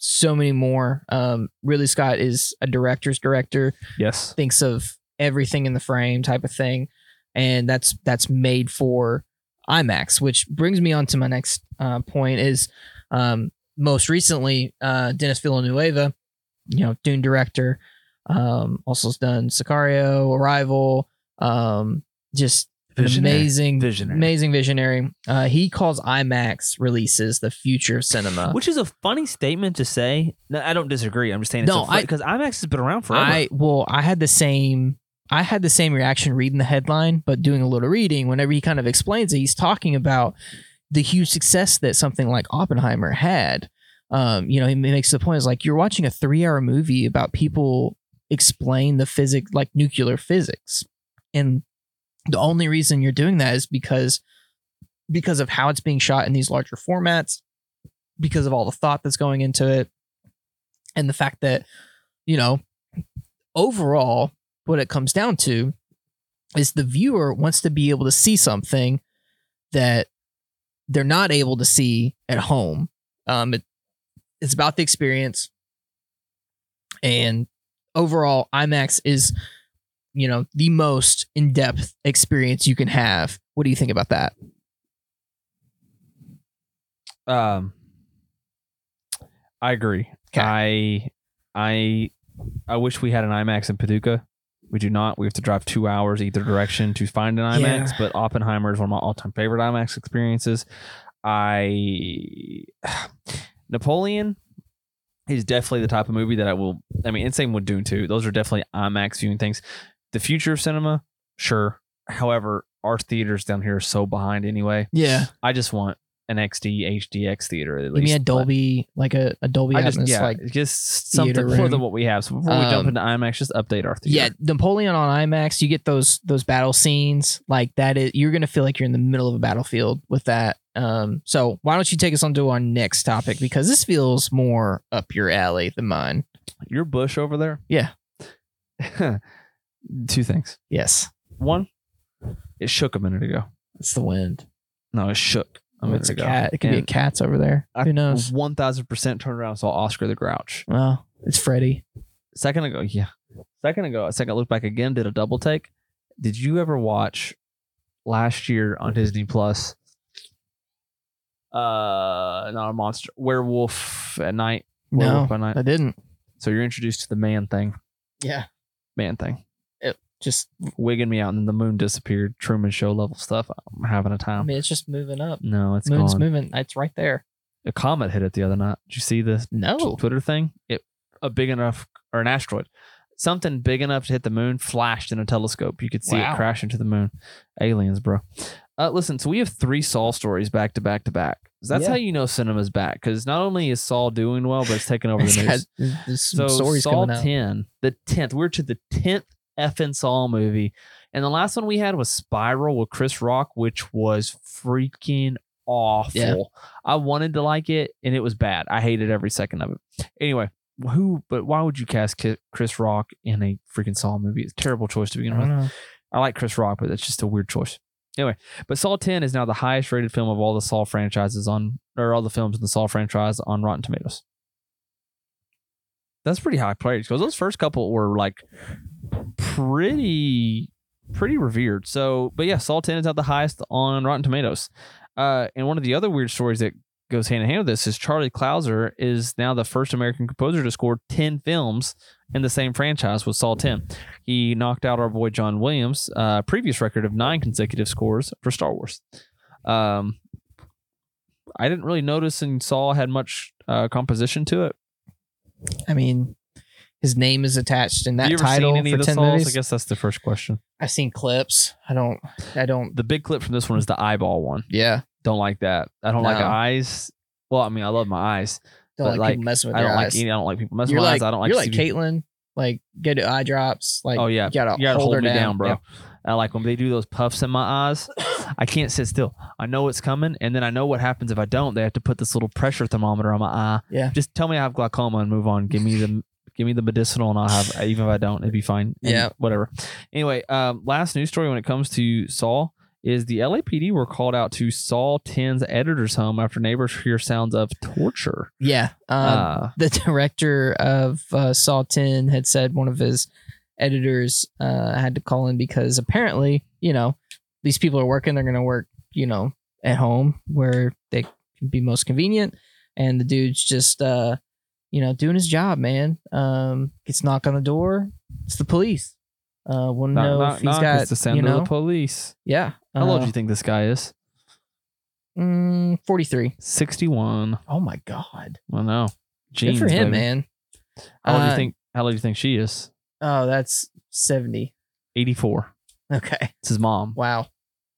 S2: so many more. Um, Ridley Scott is a director's director
S1: Yes.
S2: thinks of everything in the frame type of thing and that's that's made for imax which brings me on to my next uh, point is um, most recently uh, dennis villanueva you know dune director um, also has done sicario arrival um, just an amazing
S1: Visionary.
S2: amazing visionary uh, he calls imax releases the future of cinema
S1: Which is a funny statement to say. No, I don't disagree. I'm just saying it's
S2: No,
S1: no,
S2: I-
S1: because IMAX has been around forever.
S2: I well, I had the same I had the same reaction reading the headline, but doing a little reading whenever he kind of explains it, he's talking about the huge success that something like Oppenheimer had. Um, you know, he makes the point is like you're watching a three hour movie about people explain the physics like nuclear physics. And the only reason you're doing that is because because of how it's being shot in these larger formats, because of all the thought that's going into it, and the fact that, you know, overall, what it comes down to is the viewer wants to be able to see something that they're not able to see at home. Um, it, it's about the experience. And overall, IMAX is, you know, the most in depth experience you can have. What do you think about that?
S1: Um, I agree.
S2: 'Kay.
S1: I, I, I wish we had an IMAX in Paducah. We do not. We have to drive two hours either direction to find an IMAX.
S2: Yeah.
S1: But Oppenheimer is one of my all-time favorite IMAX experiences. I, *sighs* Napoleon is definitely the type of movie that I will. I mean, and same with Dune too. Those are definitely IMAX viewing things. The future of cinema, sure. However, our theaters down here are so behind anyway.
S2: Yeah.
S1: I just want an XD HDX theater at
S2: Give
S1: least.
S2: me a Dolby, like a, a Dolby
S1: I just
S2: Atmos.
S1: yeah,
S2: like,
S1: just
S2: theater
S1: something more than
S2: room.
S1: what we have. So before we jump
S2: Um,
S1: into IMAX, just update our theater.
S2: yeah, Napoleon on IMAX, you get those those battle scenes like that. Is you're gonna feel like you're in the middle of a battlefield with that. Um, so why don't you take us on to our next topic because this feels more up your alley than mine.
S1: your bush over there.
S2: Yeah.
S1: *laughs* Two things.
S2: Yes,
S1: One, it shook a minute ago.
S2: it's the wind.
S1: No, it shook a minute
S2: it's a
S1: ago.
S2: cat. It could be a
S1: And
S2: cat's over there.
S1: I-
S2: Who knows?
S1: One thousand percent turned around and saw Oscar the Grouch.
S2: Well, it's Freddy.
S1: Second ago, yeah. Second ago, a second I looked back again, did a double take. Did you ever watch last year on Disney Plus? Uh, not a monster, werewolf at night.
S2: No,
S1: Werewolf by night.
S2: I didn't.
S1: So you're introduced to the man thing,
S2: Yeah,
S1: man thing,
S2: just
S1: wigging me out, and then the moon disappeared. Truman Show level stuff. I'm having a
S2: I
S1: time.
S2: mean, it's just moving up.
S1: No, it's
S2: Moon's
S1: gone.
S2: moving. It's right there.
S1: A comet hit it the other night. Did you see this
S2: *laughs* No,
S1: Twitter thing? It a big enough or an asteroid, something big enough to hit the moon, flashed in a telescope. You could see
S2: Wow.
S1: it crash into the moon. Aliens, bro. Uh, listen, so we have three Saul stories back to back to back. That's
S2: Yeah.
S1: how you know cinema's back because not only is Saul doing well, but it's taking over the
S2: *laughs* It's
S1: news.
S2: got- there's- there's some
S1: So
S2: stories
S1: Saw
S2: coming out.
S1: ten, the tenth. We're to the tenth effing Saw movie, and the last one we had was Spiral with Chris Rock, which was freaking awful.
S2: Yeah.
S1: I wanted to like it, and it was bad. I hated every second of it. Anyway, who? But why would you cast Ki- Chris Rock in a freaking Saw movie? It's a terrible choice to begin with.
S2: know.
S1: I like Chris Rock, but that's just a weird choice. Anyway, but Saw 10 is now the highest rated film of all the Saw franchises on, or all the films in the Saw franchise on Rotten Tomatoes. That's pretty high praise because those first couple were like pretty, pretty revered. So, but yeah, Saw 10 is now the highest on Rotten Tomatoes. Uh, and one of the other weird stories that goes hand in hand with this is Charlie Clouser is now the first American composer to score 10 films in the same franchise with Saw 10. He knocked out our boy John Williams' uh, previous record of nine consecutive scores for Star Wars. Um, I didn't really notice and Saw had much uh, composition to it.
S2: I mean, his name is attached in that
S1: Have you ever
S2: title
S1: seen any
S2: for
S1: of the
S2: ten
S1: Saws? I
S2: movies.
S1: guess that's the first question.
S2: I've seen clips. I don't. I don't.
S1: The big clip from this one is the eyeball one.
S2: Yeah,
S1: Don't like that. I don't like
S2: No.
S1: eyes. Well, I mean, I love my eyes.
S2: don't
S1: But,
S2: like,
S1: like,
S2: people messing with
S1: I
S2: your
S1: don't like
S2: eyes.
S1: any. I don't like people messing
S2: you're
S1: with my
S2: like
S1: eyes. I don't like.
S2: you're like
S1: see-
S2: Caitlyn. Like go to eye drops. Like
S1: Oh, yeah.
S2: you gotta,
S1: You gotta hold,
S2: her
S1: me down, bro.
S2: Yeah.
S1: I like when they do those puffs in my eyes. I can't sit still. I know it's coming, and then I know what happens if I don't. They have to put this little pressure thermometer on my eye.
S2: Yeah.
S1: Just tell me I have glaucoma and move on. Give me the *laughs* give me the medicinal, and I'll have even if I don't, it'd be fine. And
S2: Yeah.
S1: Whatever. Anyway, um, last news story when it comes to Saul is the LAPD were called out to Saul 10's editor's home after neighbors hear sounds of torture.
S2: Yeah. Um,
S1: uh,
S2: the *laughs* director of uh, Saw 10 had said one of his editors uh, had to call in because apparently, you know, these people are working. They're going to work, you know, at home where they can be most convenient. And the dude's just, uh, you know, doing his job, man. Um, gets knock on the door. It's the police. Uh, want to
S1: knock,
S2: know
S1: knock,
S2: if he's
S1: knock,
S2: got,
S1: it's the sound
S2: you know,
S1: of the police.
S2: yeah.
S1: How old
S2: Uh,
S1: do you think this guy is?
S2: mm, 43.
S1: 61.
S2: Oh my God.
S1: Well, no. Jeans,
S2: Good for him,
S1: baby.
S2: man.
S1: How old do
S2: Uh,
S1: you think? How old do you think she is?
S2: Oh, that's 70.
S1: Eighty four.
S2: Okay.
S1: It's his mom.
S2: Wow.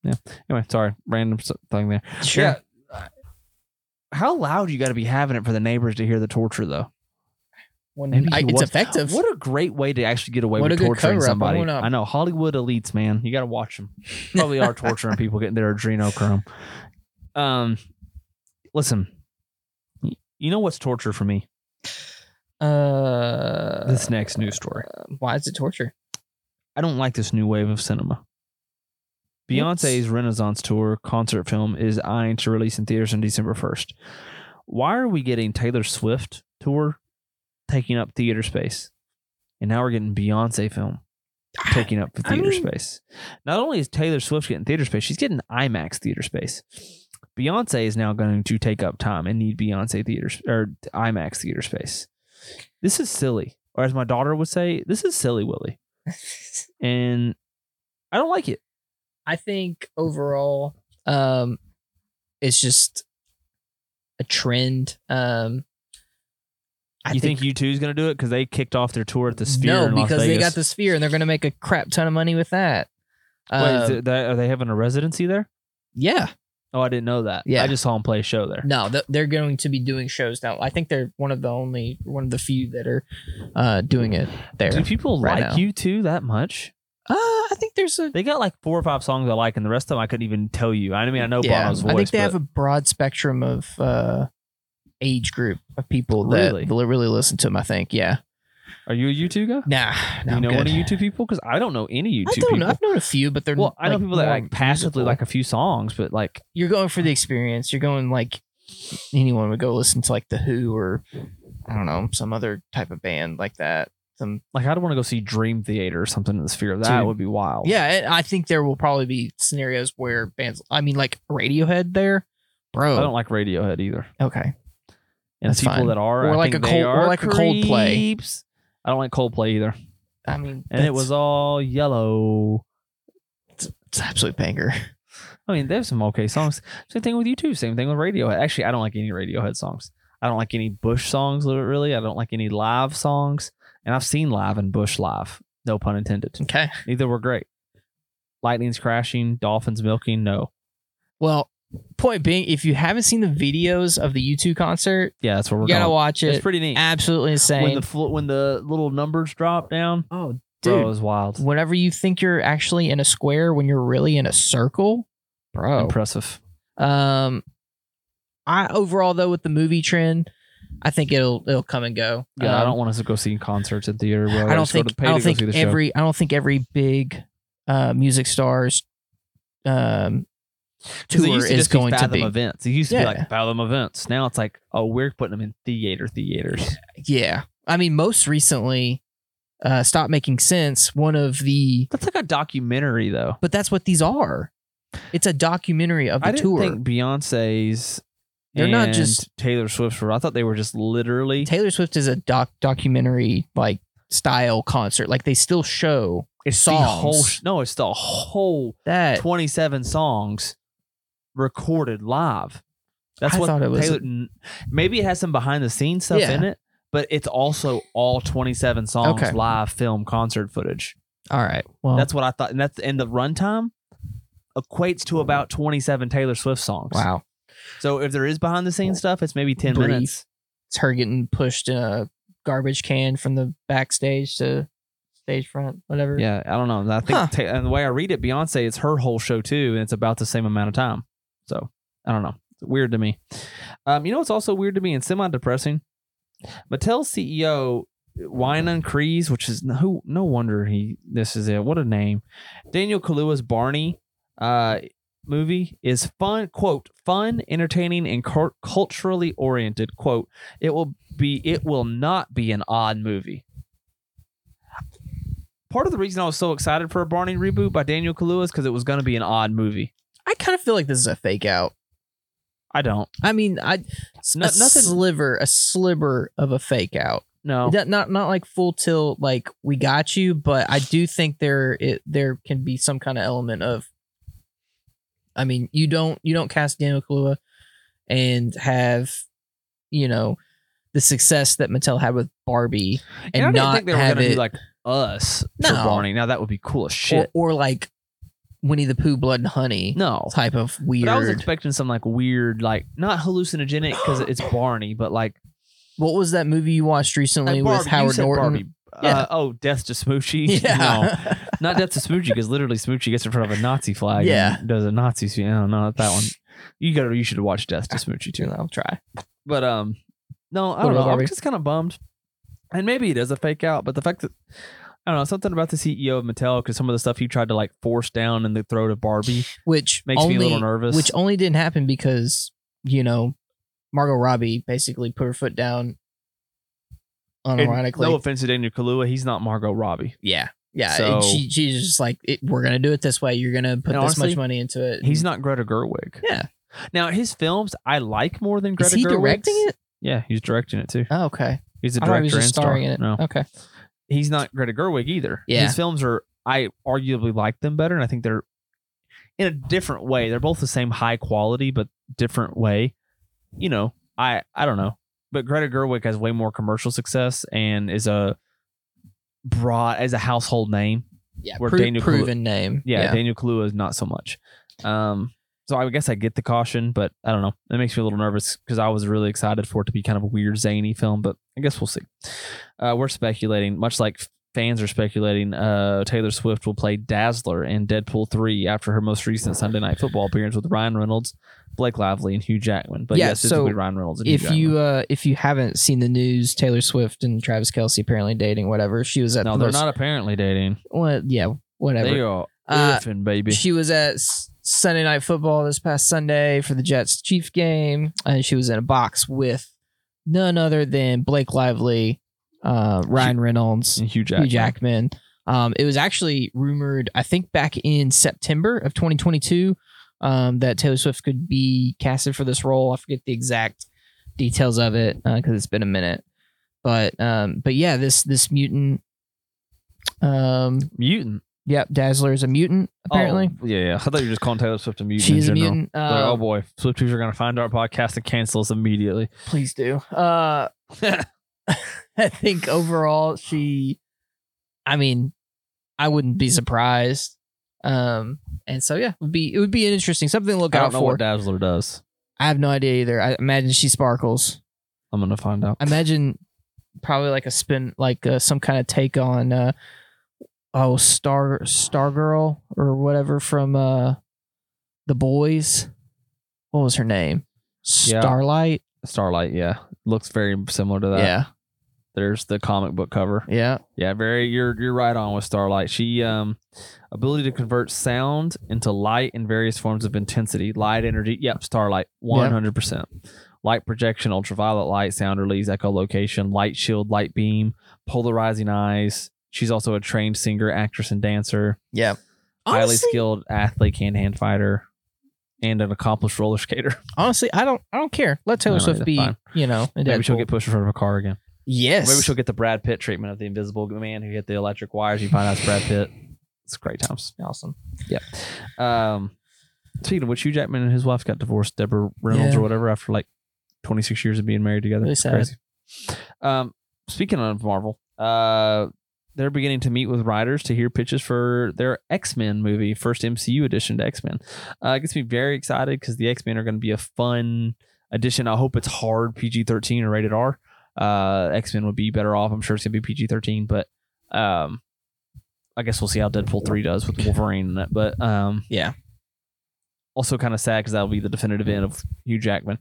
S1: Anyway, sorry, random s- thing there.
S2: Sure.
S1: Yeah. Uh, How loud you got to be having it for the neighbors to hear the torture, though?
S2: When
S1: Maybe
S2: I-
S1: he
S2: it's
S1: was-
S2: effective.
S1: What a great way to actually get away
S2: What
S1: with
S2: a good
S1: torturing
S2: cover-up. I
S1: somebody.
S2: wanna-
S1: I know Hollywood elites, man. You got to watch
S2: *laughs*
S1: them. Probably are torturing people getting their adrenochrome. Um, listen, y- you know what's torture for me?
S2: Uh,
S1: This next news story.
S2: why is it torture? *laughs*
S1: I don't like this new wave of cinema. Beyonce's Renaissance Tour concert film is eyeing to release in theaters on December 1st. Why are we getting Taylor Swift tour taking up theater space, and now we're getting Beyonce film taking up the
S2: I
S1: theater
S2: mean-
S1: space. Not only is Taylor Swift getting theater space, she's getting IMAX theater space. Beyonce is now going to take up time and need Beyonce theater s- or IMAX theater space. This is silly, or as my daughter would say, this is silly Willy, and I don't like it.
S2: I think overall, um, it's just a trend. Um, I
S1: you think, U two is going to do it because they kicked off their tour at the Sphere?
S2: no,
S1: in Las
S2: because they
S1: Vegas.
S2: got the sphere and they're going to make a crap ton of money with that.
S1: Wait, is
S2: Um,
S1: it- that- are they having a residency there?
S2: yeah,
S1: Oh, I didn't know that.
S2: Yeah.
S1: I just saw him play a show there.
S2: no, th- they're going to be doing shows now. I think they're one of the only, one of the few that are uh, doing it there.
S1: Do people
S2: Right
S1: like
S2: now.
S1: you two that much?
S2: Uh, I think there's a
S1: They got like four or five songs I like, and the rest of them I couldn't even tell you. I mean, I know Bono's voice.
S2: I think they
S1: but
S2: have a broad spectrum of uh, age group of people that
S1: Really?
S2: li- really listen to them. I think, yeah.
S1: are you a U two guy?
S2: Nah,
S1: Do
S2: nah,
S1: you
S2: I'm
S1: know
S2: good.
S1: any U two people? Because I don't know any U
S2: I
S1: two
S2: don't
S1: people.
S2: know. I've known a few, but they're
S1: Well, I know
S2: like,
S1: people that
S2: more
S1: like passively
S2: musical.
S1: like a few songs, but like
S2: You're going for the experience. You're going like anyone would go listen to like the Who or I don't know some other type of band like that. Some
S1: like I'd want to go see Dream Theater or something in the Sphere. That
S2: Dude.
S1: would be wild.
S2: yeah, and I think there will probably be scenarios where bands. I mean, like Radiohead, there, bro.
S1: I don't like Radiohead either,
S2: okay,
S1: and
S2: That's
S1: people
S2: fine.
S1: that are
S2: Or
S1: I
S2: like
S1: think
S2: a
S1: they
S2: Cold- or
S1: are
S2: like a Coldplay.
S1: creeps. I don't like Coldplay either, and
S2: I mean,
S1: it
S2: that's-
S1: was all yellow.
S2: it's an absolute banger. *laughs*
S1: I mean, they have some okay songs. Same thing with you too. Same thing with Radiohead. Actually, I don't like any Radiohead songs. I don't like any Bush songs. li- Really, I don't like any live songs. And I've seen live and Bush live. No pun intended.
S2: Okay.
S1: Neither were great. Lightning's crashing. Dolphins milking. No.
S2: Well, point being, if you haven't seen the videos of the U2 concert,
S1: Yeah, that's where we're
S2: you gotta
S1: going.
S2: watch
S1: It's
S2: it.
S1: pretty neat.
S2: Absolutely insane.
S1: When the fl- when the little numbers drop down,
S2: oh,
S1: bro, it
S2: dude.
S1: was wild.
S2: Whenever you think you're actually in a square, when you're really in a circle, bro.
S1: Impressive.
S2: Um, I overall though with the movie trend, I think it'll it'll come and go.
S1: Yeah, I
S2: Um,
S1: don't want us to go see concerts at theater. Bro.
S2: I don't
S1: just go
S2: think
S1: to pay
S2: I don't
S1: to go
S2: think
S1: see the show.
S2: every I don't think every big uh music stars um
S1: 'Cause it
S2: tour
S1: used to
S2: is
S1: just be
S2: going to
S1: Fathom
S2: be.
S1: events. It used to
S2: Yeah.
S1: be like Fathom events. Now it's like, oh, we're putting them in theater theaters.
S2: Yeah. I mean, most recently, uh, Stop Making Sense, one of the,
S1: *sighs* That's like a documentary, though.
S2: but that's what these are. It's a documentary of the
S1: I didn't
S2: tour.
S1: think Beyonce's.
S2: They're not
S1: and
S2: just-
S1: Taylor Swift's. were- I thought they were just literally.
S2: Taylor Swift is a doc documentary like style concert. Like they still show
S1: It's the
S2: songs.
S1: whole. sh- No, it's the whole
S2: that.
S1: twenty-seven songs recorded live. That's
S2: I
S1: what
S2: thought it was-
S1: Taylor. n- Maybe it has some behind-the-scenes stuff
S2: Yeah.
S1: in it, but it's also all twenty-seven songs
S2: Okay. Oh.
S1: live film concert footage.
S2: All right. Well,
S1: That's what I thought, and that's and the runtime equates to about twenty-seven Taylor Swift songs.
S2: wow.
S1: So if there is behind the scenes stuff, it's maybe ten
S2: Brief.
S1: minutes.
S2: It's her getting pushed in a garbage can from the backstage to stage front, whatever.
S1: Yeah, I don't know. I think
S2: Huh.
S1: Ta- and the way I read it, Beyonce, it's her whole show too, and it's about the same amount of time. So I don't know. It's weird to me. Um, you know, it's also weird to me and semi depressing. Mattel CEO Wynan Kreese, which is who, no wonder he. This is it. What a name. Daniel Kaluuya's Barney uh, movie is fun. Quote fun, entertaining, and cur- culturally oriented. Quote. It will be. It will not be an odd movie part of the reason I was so excited for a Barney reboot by Daniel Kaluuya is because it was going to be an odd movie.
S2: I kind of feel like this is a fake out.
S1: I don't.
S2: I mean, I
S1: No-
S2: a
S1: nothing.
S2: sliver, a sliver of a fake out.
S1: No.
S2: Not, not not like full tilt like we got you, but I do think there it, there can be some kind of element of. I mean, you don't you don't cast Daniel Kaluuya, and have, you know, the success that Mattel had with Barbie, and,
S1: And I didn't
S2: not
S1: think they were
S2: have
S1: going to
S2: it
S1: do like us for
S2: No.
S1: Barney. Now that would be cool as
S2: or,
S1: shit.
S2: or like Winnie the Pooh, Blood and Honey
S1: no.
S2: type of weird.
S1: But I was expecting some like weird, like not hallucinogenic because it's Barney, but like,
S2: what was that movie you watched
S1: like
S2: recently
S1: Barbie,
S2: with
S1: you
S2: Howard
S1: said
S2: Norton?
S1: Barbie. Uh,
S2: Yeah.
S1: oh, Death to
S2: *laughs*
S1: Smoochie. No,
S2: Yeah,
S1: not Death to Smoochie because literally Smoochie gets in front of a Nazi flag.
S2: Yeah.
S1: and does a Nazi. spe- I don't know not that one. You got. to You should watch Death to Smoochie too.
S2: I'll try.
S1: But um, no, I
S2: What
S1: don't know.
S2: about
S1: I'm
S2: Barbie?
S1: just kind of bummed, and maybe it is a fake out. But the fact that I don't know something about the CEO of Mattel because some of the stuff he tried to like force down in the throat of Barbie
S2: Which
S1: makes me a little
S2: only-
S1: nervous.
S2: which only didn't happen because you know Margot Robbie basically put her foot down
S1: And
S2: unironically.
S1: no offense to Daniel Kalua, he's not Margot Robbie.
S2: yeah. Yeah. and
S1: So-
S2: she, she's just like, it, we're going to do it this way. You're going to put
S1: And
S2: this
S1: honestly,
S2: much money into it.
S1: He's not Greta Gerwig.
S2: Yeah.
S1: Now his films I like more than Greta.
S2: Is he
S1: Gerwig's.
S2: directing it?
S1: Yeah, he's directing it too.
S2: Oh, okay.
S1: He's a
S2: I thought he was
S1: director and
S2: just
S1: star.
S2: starring in it.
S1: No,
S2: Okay.
S1: he's not Greta Gerwig either.
S2: Yeah.
S1: His films are I arguably like them better, and I think they're in a different way. They're both the same high quality, but different way. You know, I I don't know, but Greta Gerwig has way more commercial success and is a broad as a household name.
S2: Yeah.
S1: Where
S2: pro-
S1: Daniel Kalu-
S2: proven name.
S1: Yeah, Daniel Kaluuya is not so much. Um, so I guess I get the caution, but I don't know. It makes me a little nervous because I was really excited for it to be kind of a weird, zany film. But I guess we'll see. Uh, we're speculating, much like fans are speculating. Uh, Taylor Swift will play Dazzler in Deadpool three after her most recent Sunday Night Football appearance with Ryan Reynolds, Blake Lively, and Hugh Jackman. But
S2: Yeah,
S1: yes, it's
S2: so
S1: gonna be Ryan Reynolds. And Hugh
S2: if
S1: Jackman.
S2: you uh, if you haven't seen the news, Taylor Swift and Travis Kelsey apparently dating, whatever. She was at
S1: no,
S2: uh, the
S1: they're
S2: most-
S1: not apparently dating.
S2: Well, yeah, whatever.
S1: They are
S2: Uh,
S1: effing baby.
S2: She was at S- Sunday Night Football this past Sunday for the Jets Chief game, and she was in a box with none other than Blake Lively, uh, Ryan Reynolds,
S1: and Hugh Jackman.
S2: Hugh Jackman. Um, it was actually rumored, I think, back in September of 2022, um, that Taylor Swift could be casted for this role. I forget the exact details of it because it's been a minute, but um, but yeah, this this mutant. Um.
S1: mutant.
S2: Yep. Dazzler is a mutant. Apparently,
S1: Oh, yeah, yeah. I thought you were just calling Taylor Swift a mutant.
S2: She's
S1: in
S2: a
S1: general.
S2: mutant. Uh,
S1: Like, oh boy, Swifties are gonna find our podcast and cancel us immediately. *laughs*
S2: please do. Uh, *laughs* I think overall, she. I mean, I wouldn't be surprised. Um, and so yeah, it would be it would be interesting something to look
S1: I
S2: out
S1: don't know
S2: for.
S1: what Dazzler does.
S2: I have no idea either. I imagine she sparkles.
S1: I'm gonna find out.
S2: I imagine probably like a spin, like uh, some kind of take on uh, oh Star Star Girl or whatever from uh, the Boys. What was her name?
S1: Yeah. Uh,
S2: Starlight.
S1: Starlight, yeah, looks very similar to that.
S2: yeah.
S1: There's the comic book cover.
S2: Yeah.
S1: Yeah, very. You're you're right on with Starlight. She um, ability to convert sound into light in various forms of intensity, light energy. Yep, Starlight, one hundred percent. Light projection, ultraviolet light, sound release, echolocation, light shield, light beam, polarizing eyes. She's also a trained singer, actress, and dancer.
S2: Yeah.
S1: highly skilled athlete, can hand fighter, and an accomplished roller skater.
S2: honestly, I don't I don't care. Let
S1: No,
S2: Taylor
S1: no,
S2: Swift
S1: that's
S2: be,
S1: fine.
S2: you know, in
S1: Maybe she'll
S2: Deadpool.
S1: get pushed in front of a car again.
S2: yes.
S1: Maybe she'll get the Brad Pitt treatment of the invisible man who hit the electric wires. You find out it's Brad Pitt. It's great times.
S2: awesome.
S1: Um, speaking of which, Hugh Jackman and his wife got divorced, Deborah Reynolds
S2: Yeah.
S1: or whatever, after like 26 years of being married together.
S2: Really
S1: It's
S2: sad.
S1: crazy. Um, speaking of Marvel, uh, they're beginning to meet with writers to hear pitches for their X Men movie, first MCU edition to X Men. Uh, it gets me very excited because the X Men are going to be a fun addition. I hope it's hard PG 13 or rated R. Uh, X Men would be better off. I'm sure it's going to be PG 13, but um, I guess we'll see how Deadpool 3 does with Wolverine in it. But um,
S2: Yeah.
S1: Also, kind of sad because that'll be the definitive end of Hugh Jackman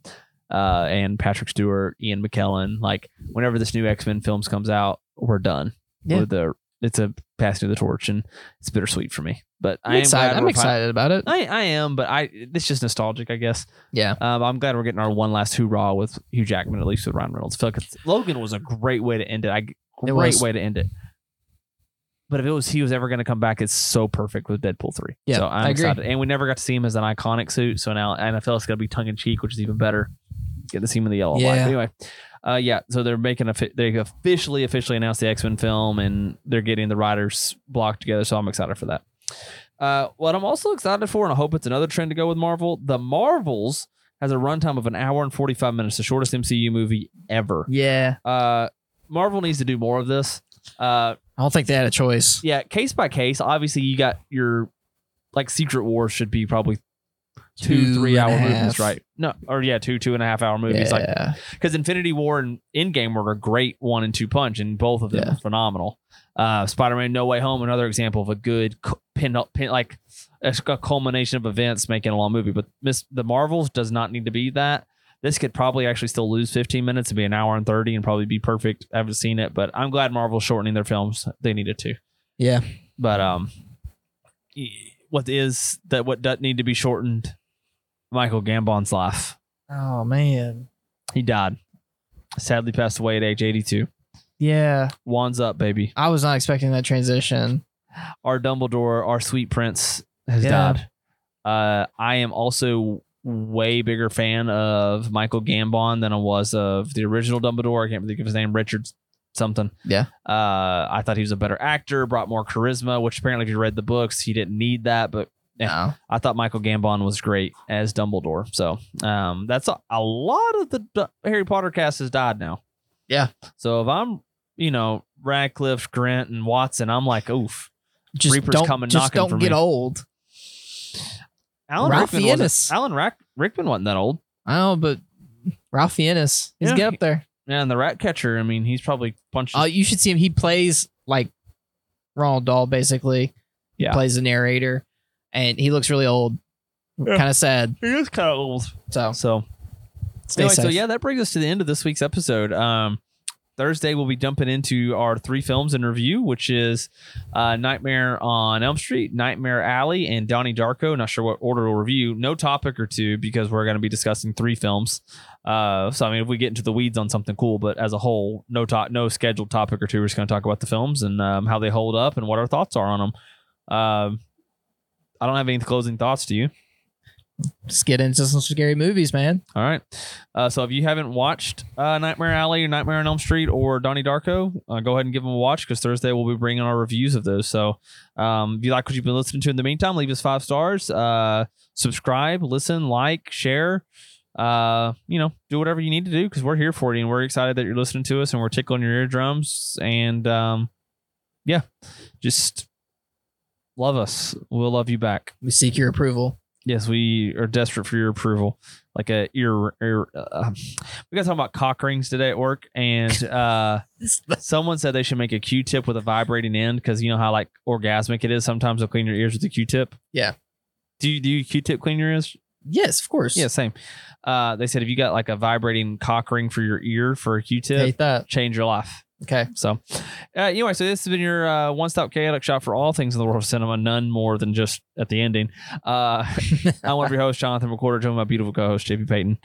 S1: uh, and Patrick Stewart, Ian McKellen. Like, whenever this new X Men films comes out, we're done.
S2: Yeah.
S1: With the it's a passing of the torch, and it's bittersweet for me. But
S2: I'm
S1: I am
S2: excited.
S1: glad
S2: I'm
S1: we're fin-
S2: excited about it.
S1: I, I am, but I it's just nostalgic, I guess.
S2: Yeah.
S1: Um, I'm glad we're getting our one last hoorah with Hugh Jackman, at least with Ryan Reynolds. I feel like it's, Logan was a great way to end it. I
S2: It
S1: great
S2: was.
S1: way to end it. But if it was he was ever going to come back, it's so perfect with Deadpool three.
S2: Yeah,
S1: so I'm
S2: I agree.
S1: excited, and we never got to see him as an iconic suit. So now, and I feel it's going to be tongue in cheek, which is even better. Get to see him in the yellow.
S2: Yeah.
S1: Yeah. Anyway, uh, yeah. So they're making a fi- they officially officially announced the X Men film, and they're getting the writers blocked together. So I'm excited for that. Uh, what I'm also excited for, and I hope it's another trend to go with Marvel. The Marvels has a runtime of an hour and 45 minutes, the shortest MCU movie ever.
S2: Yeah.
S1: Uh, Marvel needs to do more of this. Uh,
S2: I don't think they had a choice.
S1: yeah, case by case. Obviously, you got your like Secret Wars should be probably two,
S2: Two
S1: three hour
S2: and a
S1: movies,
S2: half.
S1: right? No, or yeah, two, two and a half hour movies. Like
S2: yeah.
S1: because Infinity War and Endgame were a great one and two punch, and both of them
S2: Yeah.
S1: were phenomenal. Uh, Spider-Man: No Way Home, another example of a good cu- pin up, pin like a a culmination of events making a long movie. But Miss the Marvels does not need to be that. This could probably actually still lose 15 minutes and be an hour and 30 and probably be perfect. I haven't seen it, but I'm glad Marvel's shortening their films. They needed to.
S2: Yeah.
S1: But um, y- what is that? What does need to be shortened? Michael Gambon's life.
S2: Oh man.
S1: He died. Sadly passed away at age 82.
S2: Yeah,
S1: Wands up, baby.
S2: I was not expecting that transition.
S1: Our Dumbledore, our sweet prince, has
S2: Yeah.
S1: died. Uh, I am also way bigger fan of Michael Gambon than I was of the original Dumbledore. I can't really give his name, Richard something.
S2: Yeah.
S1: Uh, I thought he was a better actor, brought more charisma, which apparently, if you read the books, he didn't need that, but
S2: No.
S1: I thought Michael Gambon was great as Dumbledore. So um, that's a, a lot of the D- Harry Potter cast has died now.
S2: Yeah.
S1: So if I'm, you know, Radcliffe, Grant, and Watson, I'm like, oof.
S2: Just
S1: Reaper's
S2: don't,
S1: coming
S2: just
S1: knocking
S2: don't
S1: for
S2: get
S1: me.
S2: old.
S1: Alan
S2: Ralph
S1: Rickman
S2: Fiennes.
S1: wasn't, Alan Rack, Rickman wasn't that old.
S2: I know, but Ralph Fiennes, he's
S1: Yeah.
S2: get up there.
S1: Yeah, and the rat catcher, I mean, he's probably punched.
S2: Uh, you should see him. He plays like Ronald Dahl, basically.
S1: Yeah.
S2: plays the narrator, and he looks really old.
S1: Yeah.
S2: Kind of sad.
S1: he is kind of old.
S2: So
S1: So,
S2: stay
S1: anyway,
S2: safe.
S1: so yeah, that brings us to the end of this week's episode. Um, Thursday, we'll be jumping into our three films in review, which is uh, Nightmare on Elm Street, Nightmare Alley, and Donnie Darko. Not sure what order we'll review. No topic or two because we're going to be discussing three films. Uh, so I mean, if we get into the weeds on something cool, but as a whole, no to- no scheduled topic or two. We're just going to talk about the films and um, how they hold up and what our thoughts are on them. Um, I don't have any closing thoughts. Do you?
S2: Just get into some scary movies, man.
S1: All right. Uh, so if you haven't watched uh, Nightmare Alley or Nightmare on Elm Street or Donnie Darko, uh, go ahead and give them a watch because Thursday we'll be bringing our reviews of those. So um, if you like what you've been listening to in the meantime, leave us five stars, uh, subscribe, listen, like, share. Uh, you know, do whatever you need to do because we're here for you and we're excited that you're listening to us and we're tickling your eardrums and um, yeah, just love us. We'll love you back.
S2: We seek your approval.
S1: Yes, we are desperate for your approval. Like a ear, ear uh, we got talking about cock rings today at work,
S2: *laughs*
S1: and uh, someone said they should make a Q-tip with a vibrating end because you know how like orgasmic it is. Sometimes they'll clean your ears with a Q-tip.
S2: Yeah.
S1: Do you do you Q-tip clean your ears?
S2: Yes, of course.
S1: Yeah, same. Uh, they said if you got like a vibrating cock ring for your ear for a Q-tip,
S2: Hate that.
S1: change your life.
S2: Okay.
S1: So, uh, anyway, so this has been your uh, one-stop chaotic shop for all things in the world of cinema. None more than just at the ending. Uh, I'm one of your hosts, Jonathan Recorder, joined by my beautiful co-host JP Payton,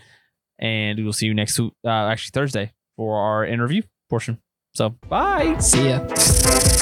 S1: and we will see you next uh, actually Thursday for our interview portion. So bye.
S2: See ya.